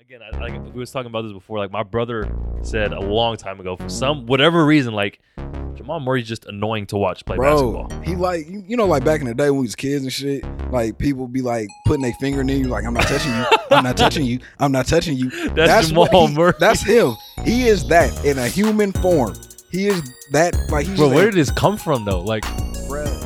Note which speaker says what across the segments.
Speaker 1: again, I, like we was talking about this before. Like my brother said a long time ago, for some whatever reason, like Jamal Murray's just annoying to watch play
Speaker 2: Bro,
Speaker 1: basketball.
Speaker 2: he like you, you know like back in the day when we was kids and shit, like people be like putting their finger in you, like I'm not touching you, I'm not touching you, I'm not touching you.
Speaker 1: That's,
Speaker 2: what
Speaker 1: Jamal
Speaker 2: he-
Speaker 1: Murray.
Speaker 2: That's him. He is that in a human form. He is that like he's
Speaker 1: Bro,
Speaker 2: just
Speaker 1: where
Speaker 2: a-
Speaker 1: did this come from though? Like
Speaker 2: Bruh.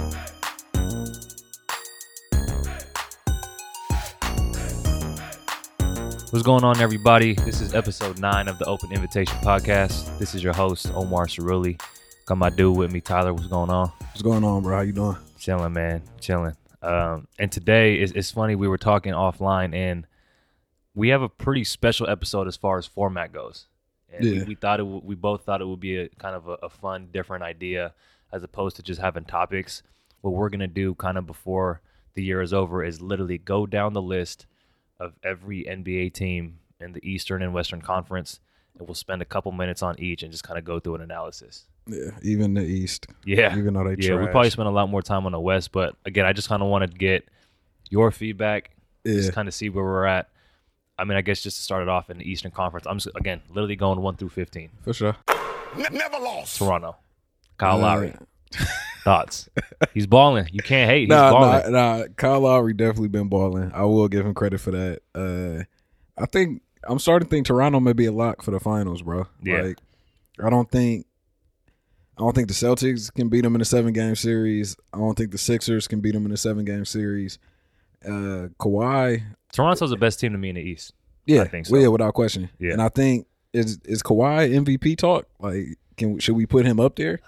Speaker 1: What's going on, everybody? This is episode nine of the Open Invitation Podcast. This is your host, Omar Cerulli. Got my dude with me, Tyler. What's going on?
Speaker 2: What's going on, bro? How you doing?
Speaker 1: Chilling, man. Chilling. Um, and today, it's, it's funny, we were talking offline, and we have a pretty special episode as far as format goes. And we,
Speaker 2: Yeah.
Speaker 1: we thought it would we both thought it would be a kind of a, a fun, different idea as opposed to just having topics. What we're going to do kind of before the year is over is literally go down the list of every NBA team in the Eastern and Western Conference, and we'll spend a couple minutes on each and just kind of go through an analysis.
Speaker 2: Yeah, even the East.
Speaker 1: Yeah.
Speaker 2: Even though they
Speaker 1: Yeah, we
Speaker 2: trash.
Speaker 1: probably spent a lot more time on the West, but again, I just kind of want to get your feedback,
Speaker 2: yeah.
Speaker 1: just kind of see where we're at. I mean, I guess just to start it off in the Eastern Conference, I'm just, again literally going one through fifteen.
Speaker 2: for sure.
Speaker 3: Never lost.
Speaker 1: Toronto, Kyle
Speaker 2: Yeah.
Speaker 1: Lowry, thoughts? He's balling. You can't hate. He's balling.
Speaker 2: Nah, nah, nah. Kyle Lowry definitely been balling. I will give him credit for that. Uh, I think I'm starting to think Toronto may be a lock for the finals, bro.
Speaker 1: Yeah.
Speaker 2: Like, I don't think, I don't think the Celtics can beat them in a seven game series. I don't think the Sixers can beat them in a seven game series. Uh, Kawhi,
Speaker 1: Toronto's the best team to me in the East.
Speaker 2: yeah,
Speaker 1: I think so.
Speaker 2: yeah, without question.
Speaker 1: Yeah.
Speaker 2: And I think is is Kawhi MVP talk? Like, can should we put him up there?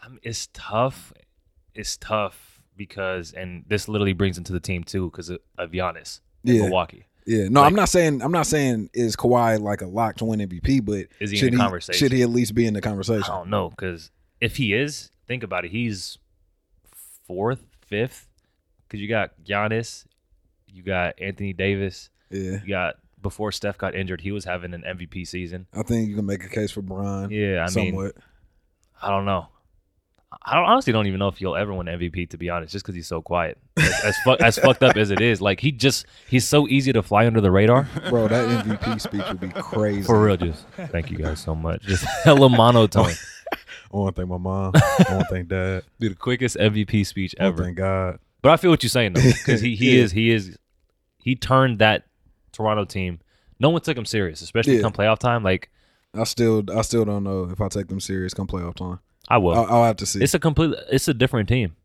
Speaker 1: I mean, it's tough. It's tough because, and this literally brings into the team too because of, of Giannis, in
Speaker 2: Yeah.
Speaker 1: Milwaukee.
Speaker 2: Yeah, no,
Speaker 1: Like-
Speaker 2: I'm not saying I'm not saying is Kawhi like a lock to win MVP, but
Speaker 1: Is he in
Speaker 2: should
Speaker 1: the conversation? Oh.
Speaker 2: Should he at least be in the
Speaker 1: I
Speaker 2: conversation?
Speaker 1: don't know because if he is, think about it. He's fourth, fifth, because you got Giannis, you got Anthony Davis,
Speaker 2: Yeah,
Speaker 1: you got before Steph got injured, he was having an MVP season.
Speaker 2: I think you can make a case for Bron.
Speaker 1: Yeah, I mean,
Speaker 2: somewhat.
Speaker 1: I don't know. I don't, honestly don't even know if he'll ever win MVP to be honest, just because he's so quiet. As, as, fuck, as fucked up as it is, like he just he's so easy to fly under the radar.
Speaker 2: Bro, that MVP speech would be crazy.
Speaker 1: For real, just thank you guys so much. Just hella monotone.
Speaker 2: I want to thank my mom. I want to thank dad.
Speaker 1: Dude, the quickest MVP speech
Speaker 2: I want
Speaker 1: ever.
Speaker 2: to thank God.
Speaker 1: But I feel what you're saying though, because he he
Speaker 2: Yeah.
Speaker 1: is he is he turned that Toronto team. No one took him serious, especially
Speaker 2: Yeah.
Speaker 1: come playoff time. Like
Speaker 2: I still I still don't know if I take them serious come playoff time.
Speaker 1: I will.
Speaker 2: I'll, I'll have to see.
Speaker 1: it's a complete. It's a different team.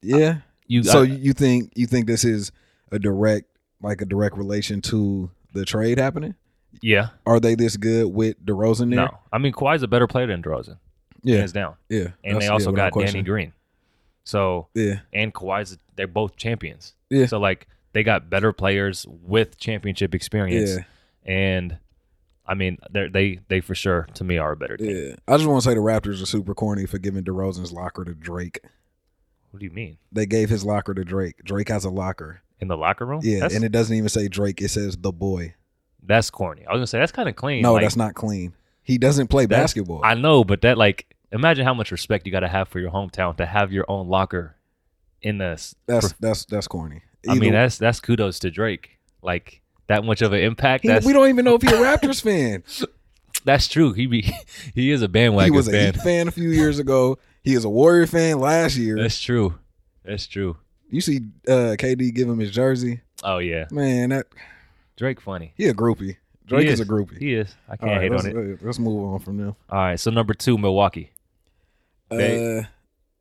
Speaker 2: yeah.
Speaker 1: You
Speaker 2: So
Speaker 1: I-
Speaker 2: you you think you think this is a direct like a direct relation to the trade happening?
Speaker 1: yeah.
Speaker 2: Are they this good with DeRozan there?
Speaker 1: No, I mean Kawhi's a better player than DeRozan,
Speaker 2: Yeah.
Speaker 1: hands down.
Speaker 2: Yeah.
Speaker 1: And
Speaker 2: That's-
Speaker 1: they
Speaker 2: yeah,
Speaker 1: also
Speaker 2: without
Speaker 1: got Danny
Speaker 2: question.
Speaker 1: Green. So
Speaker 2: Yeah.
Speaker 1: and Kawhi's they're both champions.
Speaker 2: Yeah.
Speaker 1: So like they got better players with championship experience.
Speaker 2: Yeah.
Speaker 1: And I mean they they they for sure to me are a better team.
Speaker 2: Yeah, I just want to say the Raptors are super corny for giving DeRozan's locker to Drake.
Speaker 1: What do you mean
Speaker 2: They gave his locker to Drake. Drake has a locker.
Speaker 1: in the locker room?
Speaker 2: Yeah,
Speaker 1: That's-
Speaker 2: and it doesn't even say Drake. It says the boy.
Speaker 1: That's corny. I was gonna say that's kind of clean.
Speaker 2: No,
Speaker 1: like,
Speaker 2: that's not clean. He doesn't play
Speaker 1: that's-
Speaker 2: basketball.
Speaker 1: I know, but that like, imagine how much respect you got to have for your hometown to have your own locker in this.
Speaker 2: that's that's that's corny.
Speaker 1: I mean,
Speaker 2: Either-
Speaker 1: that's that's kudos to Drake. Like that much of an impact.
Speaker 2: he-
Speaker 1: that's
Speaker 2: we don't even know if he's a Raptors fan.
Speaker 1: that's true. He be he is a bandwagon
Speaker 2: he was a
Speaker 1: fan.
Speaker 2: Heat fan a few years ago. He is a Warrior fan last year.
Speaker 1: That's true. That's true.
Speaker 2: You see, uh, KD give him his jersey.
Speaker 1: Oh yeah,
Speaker 2: Man, that
Speaker 1: Drake funny.
Speaker 2: he a groupie. Drake
Speaker 1: He
Speaker 2: is. a groupie.
Speaker 1: He is. I
Speaker 2: All
Speaker 1: can't
Speaker 2: right,
Speaker 1: hate
Speaker 2: let's,
Speaker 1: on it.
Speaker 2: uh, let's move on from them.
Speaker 1: All right, so number two, Milwaukee. They-
Speaker 2: uh,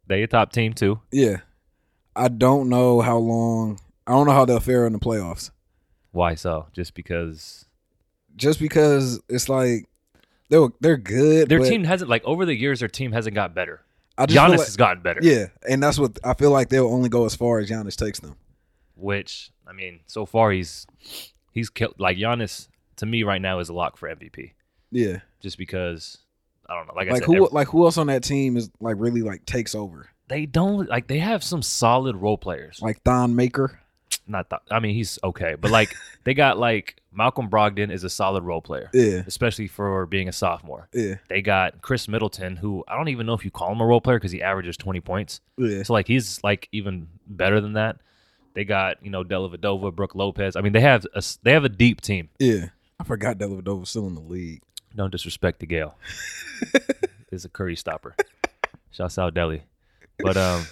Speaker 1: They a top team too.
Speaker 2: Yeah. I don't know how long I don't know how they'll fare in the playoffs.
Speaker 1: Why so? Just because
Speaker 2: Just because it's like they were, they're good.
Speaker 1: their
Speaker 2: but
Speaker 1: team hasn't like over the years, their team hasn't got better.
Speaker 2: I just feel
Speaker 1: Giannis
Speaker 2: like-
Speaker 1: has gotten better.
Speaker 2: Yeah, and that's what I feel like they'll only go as far as Giannis takes them.
Speaker 1: which I mean, so far he's he's killed. Like Giannis, to me right now is a lock for MVP,
Speaker 2: Yeah.
Speaker 1: just because I don't know. Like, I
Speaker 2: Like
Speaker 1: said,
Speaker 2: who
Speaker 1: every-
Speaker 2: like who else on that team is like really like takes over?
Speaker 1: they don't like they have some solid role players.
Speaker 2: Like Thon Maker.
Speaker 1: Not, th- I mean, he's okay, but like they got like Malcolm Brogdon is a solid role player,
Speaker 2: Yeah.
Speaker 1: especially for being a sophomore.
Speaker 2: Yeah.
Speaker 1: They got Chris Middleton, who I don't even know if you call him a role player because he averages twenty points.
Speaker 2: Yeah.
Speaker 1: So like he's like even better than that. They got you know Dellavedova, Brooke Lopez. I mean, they have a s- they have a deep team.
Speaker 2: Yeah. I forgot Dellavedova was still in the league.
Speaker 1: Don't disrespect the Gale. it's a curry stopper. Shouts out Delhi. But um,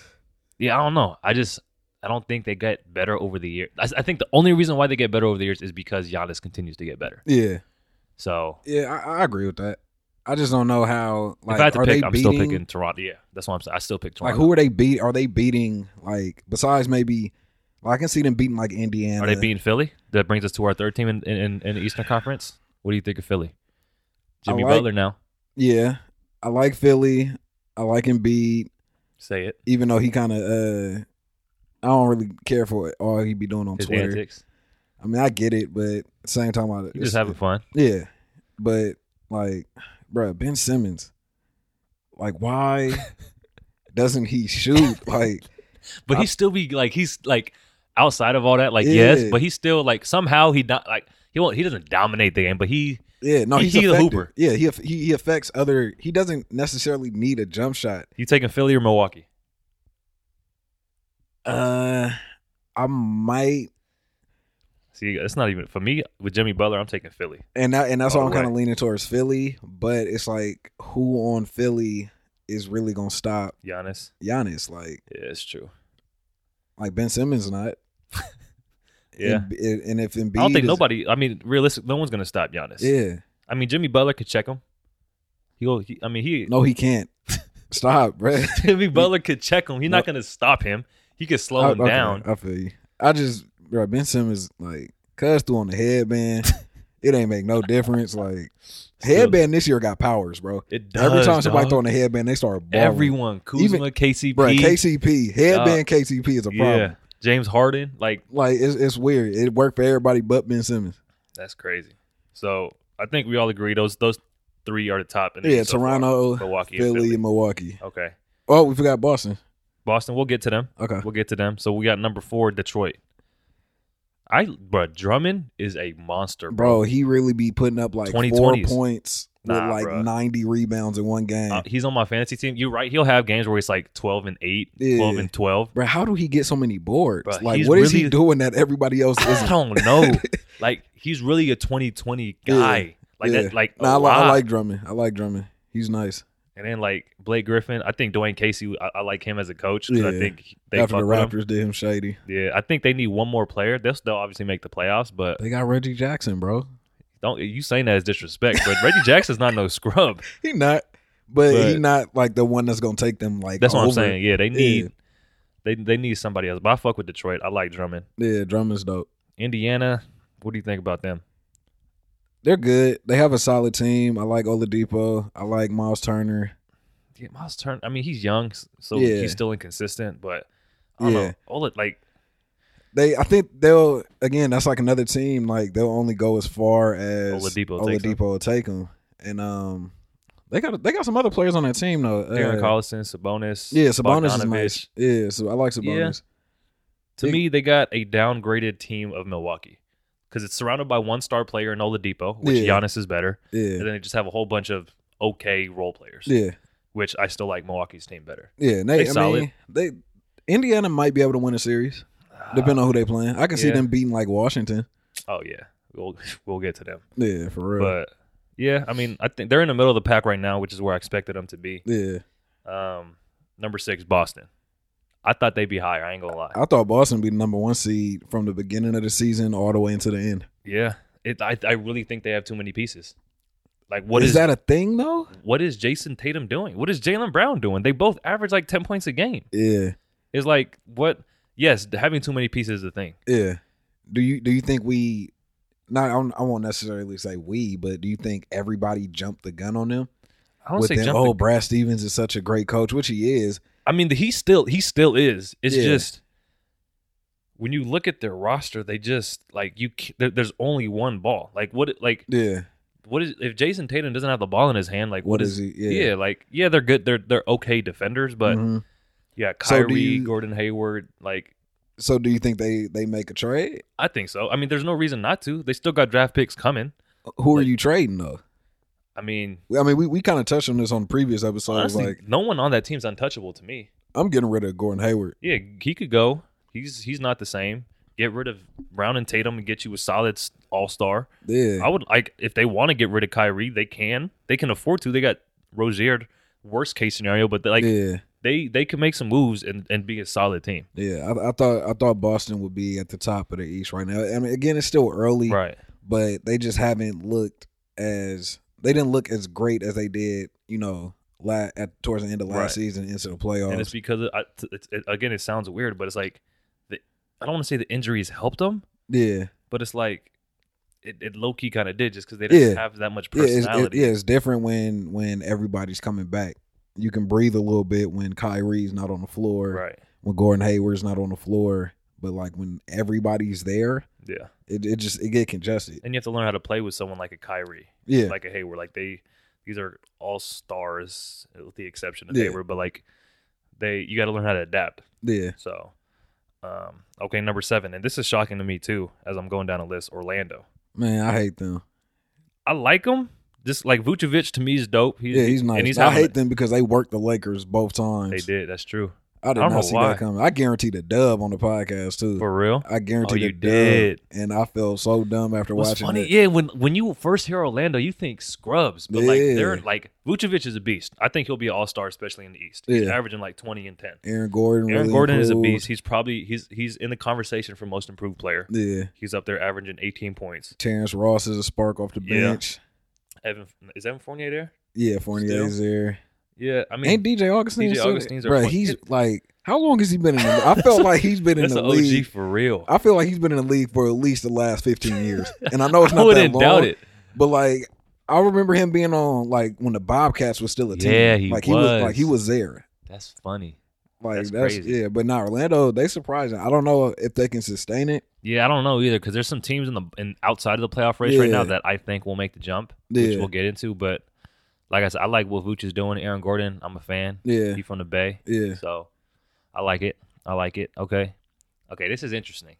Speaker 1: yeah, I don't know. I just I don't think they get better over the year. I, I think the only reason why they get better over the years is because Giannis continues to get better.
Speaker 2: Yeah.
Speaker 1: So
Speaker 2: Yeah, I, I agree with that. I just don't know how like
Speaker 1: if I had to
Speaker 2: are
Speaker 1: pick,
Speaker 2: they
Speaker 1: I'm
Speaker 2: beating
Speaker 1: still picking Toronto. Yeah, that's what I'm saying. I still pick
Speaker 2: like
Speaker 1: Toronto.
Speaker 2: who are they beat are they beating like besides maybe well, I can see them beating like Indiana.
Speaker 1: are they beating Philly? That brings us to our third team in in, in the Eastern Conference. What do you think of Philly?
Speaker 2: I
Speaker 1: Jimmy
Speaker 2: like-
Speaker 1: Butler now.
Speaker 2: Yeah. I like Philly. I like Embiid,
Speaker 1: Say it.
Speaker 2: even though he kinda uh I don't really care for it, all he be doing on
Speaker 1: His
Speaker 2: Twitter.
Speaker 1: antics.
Speaker 2: I mean, I get it, but at the same time, I
Speaker 1: You
Speaker 2: it's-
Speaker 1: just having fun.
Speaker 2: yeah. But like, bruh, Ben Simmons, like, why doesn't he shoot? Like,
Speaker 1: But
Speaker 2: I-
Speaker 1: he still be like he's like outside of all that, like
Speaker 2: Yeah.
Speaker 1: yes, but he's still like somehow he not like he won't he doesn't dominate the game, but he
Speaker 2: yeah, no,
Speaker 1: He-
Speaker 2: he's
Speaker 1: he the
Speaker 2: effective.
Speaker 1: hooper.
Speaker 2: Yeah, he, aff- he he affects other. He doesn't necessarily need a jump shot.
Speaker 1: you taking Philly or Milwaukee?
Speaker 2: Uh, I might,
Speaker 1: See, it's not even for me with Jimmy Butler. I'm taking Philly.
Speaker 2: and that, and that's
Speaker 1: All
Speaker 2: why I'm
Speaker 1: the
Speaker 2: kind of
Speaker 1: way.
Speaker 2: leaning towards Philly. But it's like, who on Philly is really gonna stop
Speaker 1: Giannis.
Speaker 2: Giannis? Like,
Speaker 1: Yeah, it's true.
Speaker 2: like Ben Simmons not.
Speaker 1: Yeah.
Speaker 2: and, and if Embiid,
Speaker 1: I don't think
Speaker 2: is-
Speaker 1: nobody. I mean, realistic. No one's gonna stop Giannis.
Speaker 2: Yeah,
Speaker 1: I mean, Jimmy Butler could check him. He'll. He, I mean, he.
Speaker 2: no, he can't. Stop, bruh.
Speaker 1: Jimmy Butler could check him. He's
Speaker 2: No.
Speaker 1: not gonna stop him. He could slow him
Speaker 2: okay,
Speaker 1: down.
Speaker 2: I feel you. I just bro, Ben Simmons like cuss through on the headband. it ain't make no difference. Like
Speaker 1: Still-
Speaker 2: headband this year got powers, bro.
Speaker 1: It does.
Speaker 2: Every time somebody
Speaker 1: dog.
Speaker 2: throwing a headband, they start balling.
Speaker 1: everyone Kuzma,
Speaker 2: Even-
Speaker 1: KCP,
Speaker 2: bro. KCP headband KCP is a problem.
Speaker 1: yeah, James Harden, like
Speaker 2: Like it's, it's weird. It worked for everybody but Ben Simmons.
Speaker 1: That's crazy. So I think we all agree those those three are the top. In the
Speaker 2: Yeah,
Speaker 1: East so far.
Speaker 2: Toronto,
Speaker 1: Milwaukee,
Speaker 2: Philly,
Speaker 1: and Philly.
Speaker 2: and Milwaukee.
Speaker 1: Okay,
Speaker 2: Oh, we forgot Boston.
Speaker 1: Boston. We'll get to them.
Speaker 2: Okay.
Speaker 1: We'll get to them. So we got number four, Detroit. I bro, Drummond is a monster,
Speaker 2: Bro,
Speaker 1: bro.
Speaker 2: he really be putting up like four
Speaker 1: 2020s.
Speaker 2: points
Speaker 1: Nah,
Speaker 2: with like
Speaker 1: bro.
Speaker 2: 90 rebounds in one game.
Speaker 1: Uh, he's on my fantasy team. You're right. He'll have games where he's like 12 and 8,
Speaker 2: Yeah.
Speaker 1: 12 and 12.
Speaker 2: bro, how do he get so many boards?
Speaker 1: Bro,
Speaker 2: like,
Speaker 1: he's
Speaker 2: what is he
Speaker 1: really-
Speaker 2: doing that everybody else isn't?
Speaker 1: I don't know. like he's really a 2020
Speaker 2: Yeah.
Speaker 1: guy. Like
Speaker 2: Yeah.
Speaker 1: that. Like a
Speaker 2: No, I, li- I
Speaker 1: lot.
Speaker 2: like Drummond. I like Drummond. He's nice.
Speaker 1: and then like Blake Griffin. I think Dwayne Casey. I, I like him as a coach. 'cause I
Speaker 2: Yeah.
Speaker 1: think they
Speaker 2: After the
Speaker 1: fuck with him.
Speaker 2: Raptors did him shady,
Speaker 1: Yeah, I think they need one more player. They'll still obviously make the playoffs, but
Speaker 2: they got Reggie Jackson, bro.
Speaker 1: don't you saying that as disrespect? But Reggie Jackson's not no scrub.
Speaker 2: He not, but,
Speaker 1: But-
Speaker 2: he not like the one that's gonna take them like.
Speaker 1: That's what I'm
Speaker 2: over.
Speaker 1: saying. Yeah, they
Speaker 2: Yeah.
Speaker 1: need they they need somebody else. But I fuck with Detroit. I like Drummond.
Speaker 2: Yeah, Drummond's dope.
Speaker 1: Indiana, what do you think about them?
Speaker 2: They're good. They have a solid team. I like Oladipo. I like Miles Turner.
Speaker 1: Yeah, Miles Turner. I mean, he's young, s- so
Speaker 2: Yeah.
Speaker 1: he's still inconsistent. But I don't
Speaker 2: Yeah.
Speaker 1: know. All it, like
Speaker 2: They, I think they'll again. That's like another team. Like they'll only go as far as
Speaker 1: Oladipo takes 'em.
Speaker 2: Oladipo will take them, and um, they got they got some other players on that team though.
Speaker 1: Darren
Speaker 2: Uh,
Speaker 1: Collison, Sabonis.
Speaker 2: Yeah, Sabonis is
Speaker 1: Bogdanovich.
Speaker 2: nice. Yeah, so I like Sabonis.
Speaker 1: Yeah. To
Speaker 2: Big-
Speaker 1: me, they got a downgraded team of Milwaukee because it's surrounded by one star player in Oladipo, which
Speaker 2: Yeah.
Speaker 1: Giannis is better,
Speaker 2: Yeah,
Speaker 1: and then they just have a whole bunch of okay role players.
Speaker 2: yeah,
Speaker 1: which I still like Milwaukee's team better.
Speaker 2: yeah. and They,
Speaker 1: They
Speaker 2: I
Speaker 1: solid.
Speaker 2: mean, they Indiana might be able to win a series depending on who they playing. I can see
Speaker 1: Uh, yeah.
Speaker 2: them beating like Washington.
Speaker 1: oh yeah, we'll we'll get to them.
Speaker 2: Yeah, for real.
Speaker 1: But yeah, I mean, I think they're in the middle of the pack right now, which is where I expected them to be.
Speaker 2: yeah,
Speaker 1: Um, number six, Boston. I thought they'd be higher. I ain't gonna lie.
Speaker 2: I thought Boston would be the number one seed from the beginning of the season all the way into the end.
Speaker 1: yeah, it, I I really think they have too many pieces. Like what
Speaker 2: is
Speaker 1: is,
Speaker 2: that a thing though?
Speaker 1: what is Jason Tatum doing? What is Jalen Brown doing? They both average like ten points a game.
Speaker 2: Yeah,
Speaker 1: It's like what? Yes, having too many pieces is the thing.
Speaker 2: yeah. Do you do you think we? Not I, don't- I won't necessarily say we, but do you think everybody jumped the gun on them?
Speaker 1: I don't
Speaker 2: With
Speaker 1: say
Speaker 2: them,
Speaker 1: jump. the
Speaker 2: oh, Brad Stevens is such a great coach, which he is.
Speaker 1: I mean, he still he still is. It's
Speaker 2: Yeah.
Speaker 1: just when you look at their roster, they just like you. c- There, there's only one ball. Like what? Like
Speaker 2: Yeah,
Speaker 1: what is if Jason Tatum doesn't have the ball in his hand? Like
Speaker 2: what is, he?
Speaker 1: Yeah. like yeah, they're good. They're they're okay defenders, but
Speaker 2: Mhm.
Speaker 1: yeah,
Speaker 2: So
Speaker 1: Kyrie,
Speaker 2: do you-
Speaker 1: Gordon Hayward, like.
Speaker 2: So do you think they they make a trade?
Speaker 1: I think so. I mean, there's no reason not to. They still got draft picks coming.
Speaker 2: Who are
Speaker 1: Like-
Speaker 2: you trading though?
Speaker 1: I mean,
Speaker 2: I mean, we, we kind of touched on this on previous episodes.
Speaker 1: honestly,
Speaker 2: like,
Speaker 1: no one on that team's untouchable to me.
Speaker 2: I'm getting rid of Gordon Hayward.
Speaker 1: Yeah, he could go. He's he's not the same. Get rid of Brown and Tatum and get you a solid all star.
Speaker 2: Yeah.
Speaker 1: I would like if they want to get rid of Kyrie, they can. They can afford to. They got Rozier. Worst case scenario, but like
Speaker 2: yeah.
Speaker 1: they they can make some moves and, and be a solid team.
Speaker 2: Yeah, I, I thought I thought Boston would be at the top of the East right now. I mean, again, it's still early,
Speaker 1: Right.
Speaker 2: but they just haven't looked as they didn't look as great as they did, you know, la- at towards the end of last
Speaker 1: Right.
Speaker 2: season into the
Speaker 1: And it's
Speaker 2: playoffs.
Speaker 1: because of, I- t- it's, it, again, it sounds weird, but it's like the, I don't want to say the injuries helped them,
Speaker 2: Yeah,
Speaker 1: but it's like it, it low key kind of did just because they didn't
Speaker 2: Yeah.
Speaker 1: have that much
Speaker 2: yeah, it's, it-
Speaker 1: personality.
Speaker 2: yeah. It's different when when everybody's coming back. You can breathe a little bit when Kyrie's not on the floor,
Speaker 1: Right.
Speaker 2: when Gordon Hayward's not on the floor, but like when everybody's there,
Speaker 1: Yeah.
Speaker 2: it, it just it get congested.
Speaker 1: And you have to learn how to play with someone like a Kyrie,
Speaker 2: Yeah,
Speaker 1: like a Hayward. Like they, these are all stars with the exception of
Speaker 2: Yeah.
Speaker 1: Hayward, but like they, you got to learn how to adapt.
Speaker 2: yeah,
Speaker 1: So, um, okay, number seven, and this is shocking to me too as I'm going down a list. Orlando,
Speaker 2: man, I hate them.
Speaker 1: I like him. Just like Vucevic to me is dope. He's,
Speaker 2: Yeah, he's nice.
Speaker 1: And he's
Speaker 2: I
Speaker 1: having
Speaker 2: hate them because they worked the Lakers both times.
Speaker 1: They did. That's true.
Speaker 2: I did
Speaker 1: I don't know
Speaker 2: not see
Speaker 1: why.
Speaker 2: that coming. I guaranteed a dub on the podcast too.
Speaker 1: For real.
Speaker 2: I guaranteed
Speaker 1: Oh, you
Speaker 2: a dub,
Speaker 1: did.
Speaker 2: and I felt so dumb after
Speaker 1: What's
Speaker 2: watching
Speaker 1: funny,
Speaker 2: it.
Speaker 1: yeah, when when you first hear Orlando, you think scrubs, but like they're
Speaker 2: Yeah.
Speaker 1: like Vucevic is a beast. I think he'll be an all star, especially in the East. He's
Speaker 2: Yeah.
Speaker 1: averaging like twenty and ten.
Speaker 2: Aaron Gordon.
Speaker 1: Aaron
Speaker 2: really
Speaker 1: Gordon is a
Speaker 2: improved.
Speaker 1: beast. He's probably he's he's in the conversation for most improved player.
Speaker 2: Yeah,
Speaker 1: He's up there averaging eighteen points.
Speaker 2: Terrence Ross is a spark off the
Speaker 1: Yeah.
Speaker 2: bench.
Speaker 1: Evan is Evan Fournier there?
Speaker 2: Yeah, Fournier's there.
Speaker 1: Yeah, I mean
Speaker 2: Ain't DJ Augustine?
Speaker 1: DJ
Speaker 2: still there?
Speaker 1: Augustine's our
Speaker 2: Bruh,
Speaker 1: point-
Speaker 2: He's like, how long has he been in? The, I felt like he's been in
Speaker 1: that's
Speaker 2: the
Speaker 1: an
Speaker 2: league.
Speaker 1: OG for real.
Speaker 2: I feel like he's been in the league for at least the last fifteen years, and I know it's
Speaker 1: I
Speaker 2: not that
Speaker 1: wouldn't
Speaker 2: long.
Speaker 1: doubt it.
Speaker 2: But like I remember him being on like when the Bobcats was still a team.
Speaker 1: Yeah, he
Speaker 2: like he was
Speaker 1: was.
Speaker 2: like he was there.
Speaker 1: That's funny.
Speaker 2: Like
Speaker 1: That's
Speaker 2: that's,
Speaker 1: crazy.
Speaker 2: yeah, but now Orlando, they surprising. I don't know if they can sustain it.
Speaker 1: Yeah, I don't know either because there's some teams in the in outside of the playoff race right now
Speaker 2: Yeah.
Speaker 1: that I think will make the jump, which
Speaker 2: Yeah.
Speaker 1: we'll get into. But like I said, I like what Vooch is doing. Aaron Gordon, I'm a fan.
Speaker 2: Yeah.
Speaker 1: He from the Bay,
Speaker 2: Yeah.
Speaker 1: so I like it. I like it. Okay, okay, this is interesting.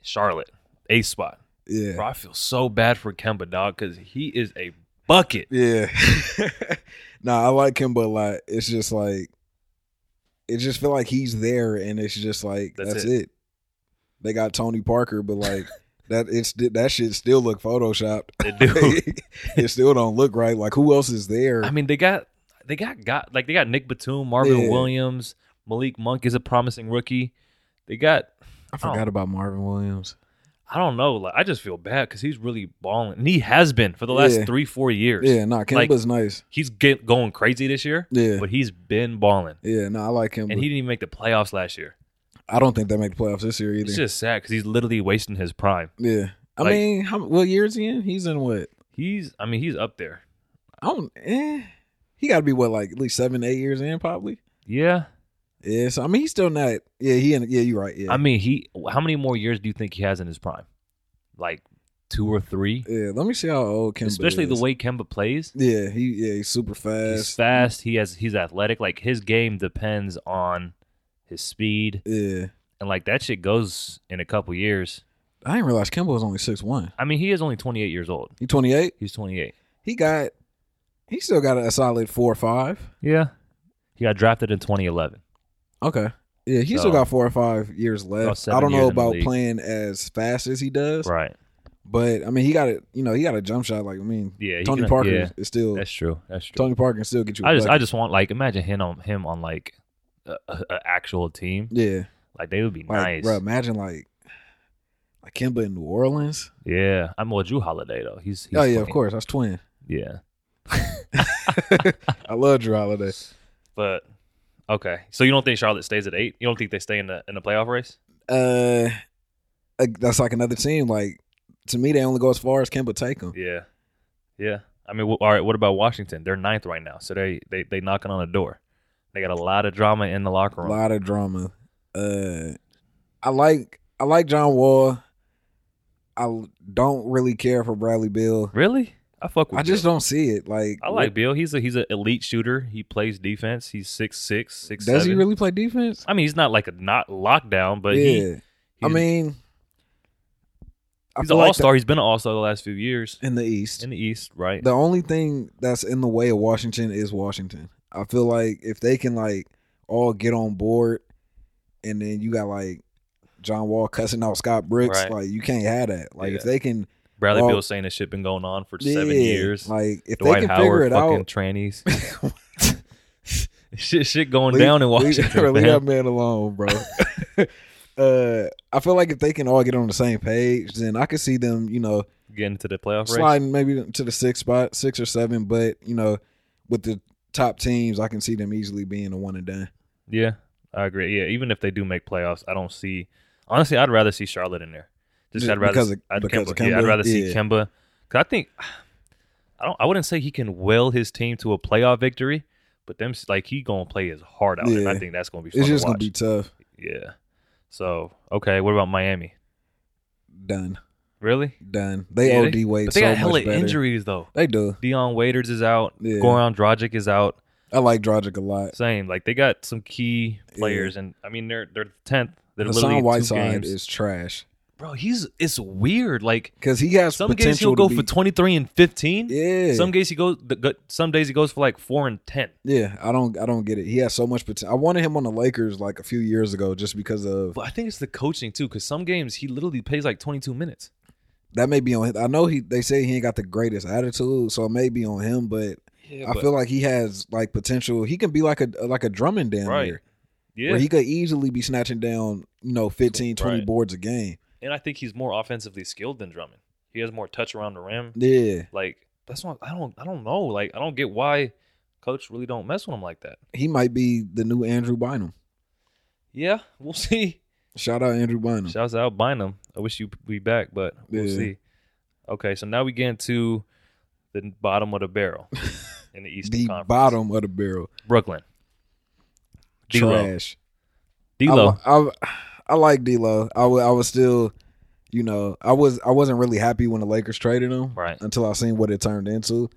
Speaker 1: Charlotte, eighth spot.
Speaker 2: Yeah.
Speaker 1: Bro, I feel so bad for Kemba dog because he is a bucket.
Speaker 2: Yeah. nah, I like him but a lot. It's just like it just feel like he's there and it's just like
Speaker 1: That's
Speaker 2: that's,
Speaker 1: it.
Speaker 2: it. They got Tony Parker, but like that it's that shit still look photoshopped.
Speaker 1: Dude,
Speaker 2: it still don't look right. Like who else is there?
Speaker 1: I mean, they got they got got like they got Nick Batum, Marvin
Speaker 2: Yeah.
Speaker 1: Williams, Malik Monk is a promising rookie. They got
Speaker 2: I forgot about Marvin Williams.
Speaker 1: I don't know. Like I just feel bad because he's really balling, and he has been for the last
Speaker 2: Yeah.
Speaker 1: three, four years.
Speaker 2: Yeah, nah,
Speaker 1: Like-
Speaker 2: Kemba's nice.
Speaker 1: He's get, going crazy this year,
Speaker 2: Yeah.
Speaker 1: but he's been balling,
Speaker 2: Yeah, no, I like him.
Speaker 1: and
Speaker 2: but
Speaker 1: he didn't even make the playoffs last year.
Speaker 2: I don't think they make the playoffs this year either.
Speaker 1: It's just sad because he's literally wasting his prime.
Speaker 2: yeah, I
Speaker 1: like-
Speaker 2: mean, how, what year is he in? He's in what?
Speaker 1: He's, I mean, he's up there.
Speaker 2: I don't. Eh, he got to be what, like at least seven, eight years in, probably.
Speaker 1: Yeah,
Speaker 2: Yeah, so I mean, he's still not. Yeah, he. In, yeah, you're right. Yeah,
Speaker 1: I mean, he. How many more years do you think he has in his prime? Like two or three,
Speaker 2: yeah. Let me see how old Kemba.
Speaker 1: especially the
Speaker 2: is.
Speaker 1: way Kemba plays.
Speaker 2: Yeah, he. Yeah, he's super
Speaker 1: He's
Speaker 2: fast.
Speaker 1: fast. He has. He's athletic. Like his game depends on his speed,
Speaker 2: yeah,
Speaker 1: and like that shit goes in a couple years.
Speaker 2: I didn't realize Kemba was only six one.
Speaker 1: I mean, he is only 28 years old.
Speaker 2: He 28.
Speaker 1: He's 28.
Speaker 2: He got. He still got a solid four or five.
Speaker 1: Yeah. He got drafted in 2011.
Speaker 2: Okay. Yeah, he
Speaker 1: So-
Speaker 2: still got four or five years left.
Speaker 1: seven
Speaker 2: I don't
Speaker 1: years
Speaker 2: know
Speaker 1: in the
Speaker 2: about
Speaker 1: league.
Speaker 2: playing as fast as he does,
Speaker 1: Right.
Speaker 2: but I mean, he got a you know he got a jump shot. Like I mean,
Speaker 1: Yeah, he
Speaker 2: Tony
Speaker 1: can-
Speaker 2: Parker
Speaker 1: yeah.
Speaker 2: is still
Speaker 1: That's true. That's true.
Speaker 2: Tony Parker can still get you. a
Speaker 1: I just I
Speaker 2: bucket.
Speaker 1: just want like imagine him on him on like a, a, a actual team.
Speaker 2: yeah,
Speaker 1: Like they would be
Speaker 2: like
Speaker 1: nice.
Speaker 2: bro, imagine like like Kimba in New Orleans.
Speaker 1: Yeah. I'm well Drew Holiday though. He's, he's
Speaker 2: oh yeah, of
Speaker 1: playing.
Speaker 2: course, that's twin.
Speaker 1: Yeah.
Speaker 2: I love Drew Holiday.
Speaker 1: But okay. So you don't think Charlotte stays at 8? You don't think they stay in the in the playoff race?
Speaker 2: Uh, uh, that's like another team. Like to me, they only go as far as Kimba take them.
Speaker 1: Yeah. Yeah. I mean, wh- all right. What about Washington? They're ninth right now, so they they they knocking on the door. They got a lot of drama in the locker
Speaker 2: A
Speaker 1: room.
Speaker 2: lot of drama. Uh, I like I like John Wall. I l- don't really care for Bradley Bill.
Speaker 1: Really? I fuck with.
Speaker 2: I just don't see it. Like
Speaker 1: I like Bill. He's a he's an elite shooter. He plays defense. He's six six six.
Speaker 2: Does he
Speaker 1: seven.
Speaker 2: really play defense?
Speaker 1: I mean, he's not like a not lockdown, but
Speaker 2: yeah.
Speaker 1: he, he's,
Speaker 2: I mean, I
Speaker 1: he's
Speaker 2: feel
Speaker 1: an
Speaker 2: like
Speaker 1: all star. he's been an all star the last few years
Speaker 2: the- in the East.
Speaker 1: in the East, right?
Speaker 2: the only thing that's in the way of Washington is Washington. I feel like if they can like all get on board, and then you got like John Wall cussing out Scott Bricks.
Speaker 1: Right.
Speaker 2: Like you can't have that. Like if
Speaker 1: Yeah.
Speaker 2: they can
Speaker 1: Bradley
Speaker 2: Well,
Speaker 1: Beal saying this shit been going on for seven
Speaker 2: Yeah,
Speaker 1: years.
Speaker 2: like if
Speaker 1: Dwight
Speaker 2: they can figure
Speaker 1: Howard
Speaker 2: it
Speaker 1: fucking
Speaker 2: out,
Speaker 1: trannies. shit, shit going
Speaker 2: Leave-
Speaker 1: down in
Speaker 2: leave-
Speaker 1: Washington.
Speaker 2: leave
Speaker 1: man.
Speaker 2: that man alone, bro. uh, I feel like if they can all get on the same page, then I could see them, you know,
Speaker 1: Getting to the playoff race.
Speaker 2: sliding maybe to the sixth spot, six or seven. But you know, with the top teams, I can see them easily being a one and done.
Speaker 1: Yeah, I agree. Yeah, even if they do make playoffs, I don't see. Honestly, I'd rather see Charlotte in there. Just
Speaker 2: Just
Speaker 1: I'd rather
Speaker 2: because
Speaker 1: see-
Speaker 2: of-
Speaker 1: I'd,
Speaker 2: because
Speaker 1: Kemba,
Speaker 2: of
Speaker 1: Yeah, I'd
Speaker 2: Kemba?
Speaker 1: rather see
Speaker 2: Yeah.
Speaker 1: Kemba. Cause I think I don't. I wouldn't say he can will his team to a playoff victory, but them s- like he gonna play his heart out, and I
Speaker 2: Yeah.
Speaker 1: think that's gonna be fun
Speaker 2: It's just
Speaker 1: to
Speaker 2: gonna
Speaker 1: watch.
Speaker 2: be tough.
Speaker 1: yeah. So okay, what about Miami?
Speaker 2: Done,
Speaker 1: Really?
Speaker 2: done. They
Speaker 1: Yeah,
Speaker 2: OD weight
Speaker 1: But they
Speaker 2: so
Speaker 1: got hella
Speaker 2: much better.
Speaker 1: injuries though.
Speaker 2: They do.
Speaker 1: Dion Waiters is out.
Speaker 2: Yeah.
Speaker 1: Goran Dragic is out.
Speaker 2: I like Drogic a lot.
Speaker 1: Same. Like they got some key players, and I mean they're they're tenth. They're literally
Speaker 2: Hassan
Speaker 1: two
Speaker 2: Whiteside
Speaker 1: games.
Speaker 2: is trash
Speaker 1: bro, he's it's weird. Like
Speaker 2: because he has
Speaker 1: some
Speaker 2: potential
Speaker 1: games he'll
Speaker 2: to
Speaker 1: go
Speaker 2: be-
Speaker 1: for twenty three and fifteen.
Speaker 2: Yeah,
Speaker 1: Some days he goes. The, go- some days he goes for like four and ten.
Speaker 2: Yeah, I don't, I don't get it. He has so much potential. I wanted him on the Lakers like a few years ago, just because of
Speaker 1: But I think it's the coaching too, because some games he literally plays like twenty two minutes.
Speaker 2: that may be on. him. I know he, they say he ain't got the greatest attitude, so it may be on him. But
Speaker 1: Yeah,
Speaker 2: I feel like he has like potential. He can be like a like a Drummond down
Speaker 1: Right.
Speaker 2: here,
Speaker 1: yeah.
Speaker 2: where he could easily be snatching down you know 15, 20
Speaker 1: Right.
Speaker 2: boards a game.
Speaker 1: and I think he's more offensively skilled than Drummond. He has more touch around the rim.
Speaker 2: Yeah,
Speaker 1: Like that's not. I don't. I don't know. Like I don't get why coach really don't mess with him like that.
Speaker 2: he might be the new Andrew Bynum.
Speaker 1: Yeah, we'll see.
Speaker 2: Shout out Andrew Bynum.
Speaker 1: Shouts out Bynum. I wish you would be back, but we'll
Speaker 2: Hmm. Yeah.
Speaker 1: see. Okay, so now we get into the bottom of the barrel in the Eastern
Speaker 2: the
Speaker 1: Conference.
Speaker 2: bottom of the barrel,
Speaker 1: Brooklyn. D-Lo.
Speaker 2: trash.
Speaker 1: D'Lo.
Speaker 2: I, li- I, I like D'Lo. I wa- I was still, you know, I was I wasn't really happy when the Lakers traded him
Speaker 1: Right.
Speaker 2: until I seen what it turned into.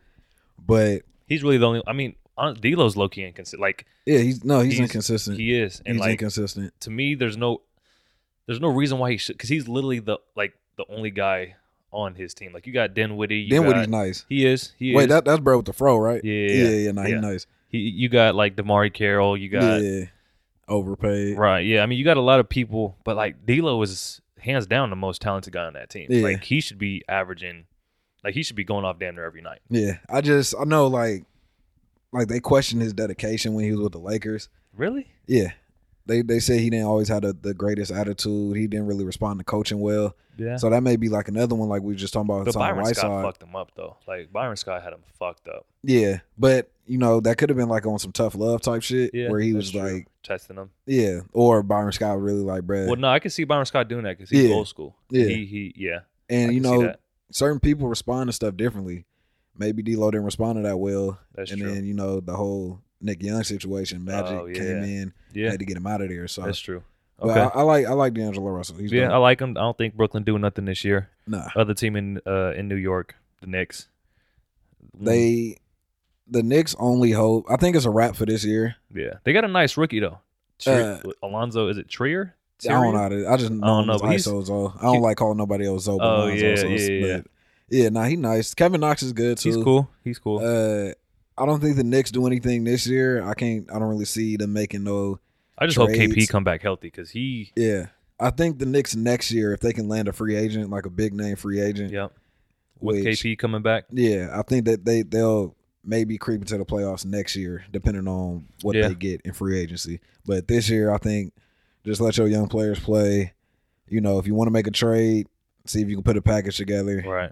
Speaker 2: But
Speaker 1: He's really the only. I mean, hon- D'Lo's low key inconsistent. Like
Speaker 2: yeah, he's no, he's,
Speaker 1: He's-
Speaker 2: inconsistent.
Speaker 1: he is, and
Speaker 2: he's
Speaker 1: like
Speaker 2: inconsistent.
Speaker 1: to me, there's no, there's no reason why he should, because he's literally the like the only guy on his team. Like you got Dinwiddie. You
Speaker 2: Dinwiddie's
Speaker 1: got-
Speaker 2: nice.
Speaker 1: He is. He
Speaker 2: Wait,
Speaker 1: is.
Speaker 2: that that's bro with the fro, right?
Speaker 1: yeah,
Speaker 2: yeah,
Speaker 1: yeah.
Speaker 2: yeah, nah, he
Speaker 1: yeah.
Speaker 2: nice.
Speaker 1: He, you got like Damari Carroll. You got
Speaker 2: yeah, overpaid.
Speaker 1: Right. Yeah. I mean, you got a lot of people, but like D'Lo is hands down the most talented guy on that team.
Speaker 2: Yeah.
Speaker 1: Like he should be averaging, like he should be going off damn near every night.
Speaker 2: Yeah, I just I know like like they questioned his dedication when he was with the Lakers.
Speaker 1: Really?
Speaker 2: Yeah. They, they said he didn't always have the, the greatest attitude. He didn't really respond to coaching well.
Speaker 1: Yeah.
Speaker 2: So that may be like another one, like we were just talking about
Speaker 1: but
Speaker 2: Hassan
Speaker 1: Byron Scott
Speaker 2: Whiteside.
Speaker 1: fucked him up though. Like Byron Scott had him fucked up.
Speaker 2: Yeah, but you know that could have been like on some tough love type shit
Speaker 1: Yeah.
Speaker 2: where he
Speaker 1: that's true.
Speaker 2: was like,
Speaker 1: testing him.
Speaker 2: yeah, or Byron Scott really like Brad,
Speaker 1: Well, no, I can see Byron Scott doing that because he's
Speaker 2: Yeah.
Speaker 1: old school.
Speaker 2: Yeah.
Speaker 1: He he yeah. I
Speaker 2: and you
Speaker 1: can see
Speaker 2: know
Speaker 1: that.
Speaker 2: certain people respond to stuff differently. Maybe D'Lo didn't respond to that well,
Speaker 1: That's
Speaker 2: and
Speaker 1: true.
Speaker 2: then you know the whole Nick Young situation. Magic
Speaker 1: Oh, yeah.
Speaker 2: came in,
Speaker 1: yeah.
Speaker 2: had to get him out of there. So
Speaker 1: That's true.
Speaker 2: but
Speaker 1: Okay.
Speaker 2: uh, I, I like I like D'Angelo Russell. He's
Speaker 1: yeah,
Speaker 2: dope.
Speaker 1: I like him. I don't think Brooklyn doing nothing this year.
Speaker 2: nah,
Speaker 1: Other team in uh in New York, the Knicks. Mm.
Speaker 2: they the Knicks only hope. I think it's a wrap for this year.
Speaker 1: Yeah, they got a nice rookie though. Trier, Alonzo, is it Trier?
Speaker 2: Uh, I don't know.
Speaker 1: Tyrion?
Speaker 2: How to, I just know,
Speaker 1: don't
Speaker 2: him
Speaker 1: know,
Speaker 2: as
Speaker 1: but he's-
Speaker 2: ISO Zo. I don't
Speaker 1: he-
Speaker 2: like calling nobody else Zo. but
Speaker 1: Oh,
Speaker 2: mine's
Speaker 1: yeah,
Speaker 2: also-
Speaker 1: yeah, yeah.
Speaker 2: but- yeah. Nah, he nice. Kevin Knox is good too.
Speaker 1: He's cool. He's cool.
Speaker 2: Uh, I don't think the Knicks do anything this year. I can't. I don't really see them making no.
Speaker 1: I just hope KP
Speaker 2: trades.
Speaker 1: come back healthy because he.
Speaker 2: Yeah, I think the Knicks next year, if they can land a free agent, like a big name free agent,
Speaker 1: Yep. With
Speaker 2: Which-
Speaker 1: KP coming back,
Speaker 2: yeah, I think that they they'll maybe creep into the playoffs next year, depending on what
Speaker 1: Yeah.
Speaker 2: they get in free agency. But this year, I think just let your young players play. You know, if you want to make a trade, see if you can put a package together.
Speaker 1: right,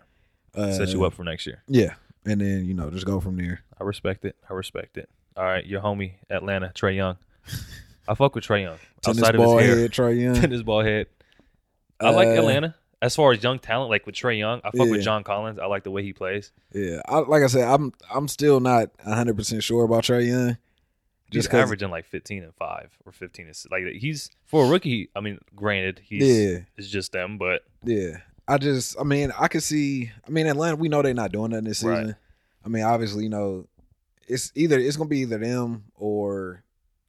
Speaker 2: Uh,
Speaker 1: set you up for next year.
Speaker 2: Yeah, and then you know just go from there.
Speaker 1: I respect it. I respect it. All right, your homie Atlanta Trey Young. I fuck with Trey Young
Speaker 2: Tennis
Speaker 1: outside of
Speaker 2: ball
Speaker 1: his hair,
Speaker 2: head, Trey Young.
Speaker 1: tennis ball head. I like
Speaker 2: Uh,
Speaker 1: Atlanta as far as young talent. Like with Trey Young, I fuck
Speaker 2: Yeah.
Speaker 1: with John Collins. I like the way he plays.
Speaker 2: Yeah, I, like I said, I'm I'm still not 100 percent sure about Trey Young.
Speaker 1: Just
Speaker 2: Just
Speaker 1: he's
Speaker 2: 'cause-
Speaker 1: averaging like fifteen and five or fifteen and six. like he's for a rookie. I mean, granted, he's
Speaker 2: Yeah,
Speaker 1: it's just them, but
Speaker 2: yeah. I just, I mean, I could see. I mean, Atlanta, we know they're not doing nothing this
Speaker 1: Right.
Speaker 2: season. I mean, obviously, you know, it's either it's gonna be either them or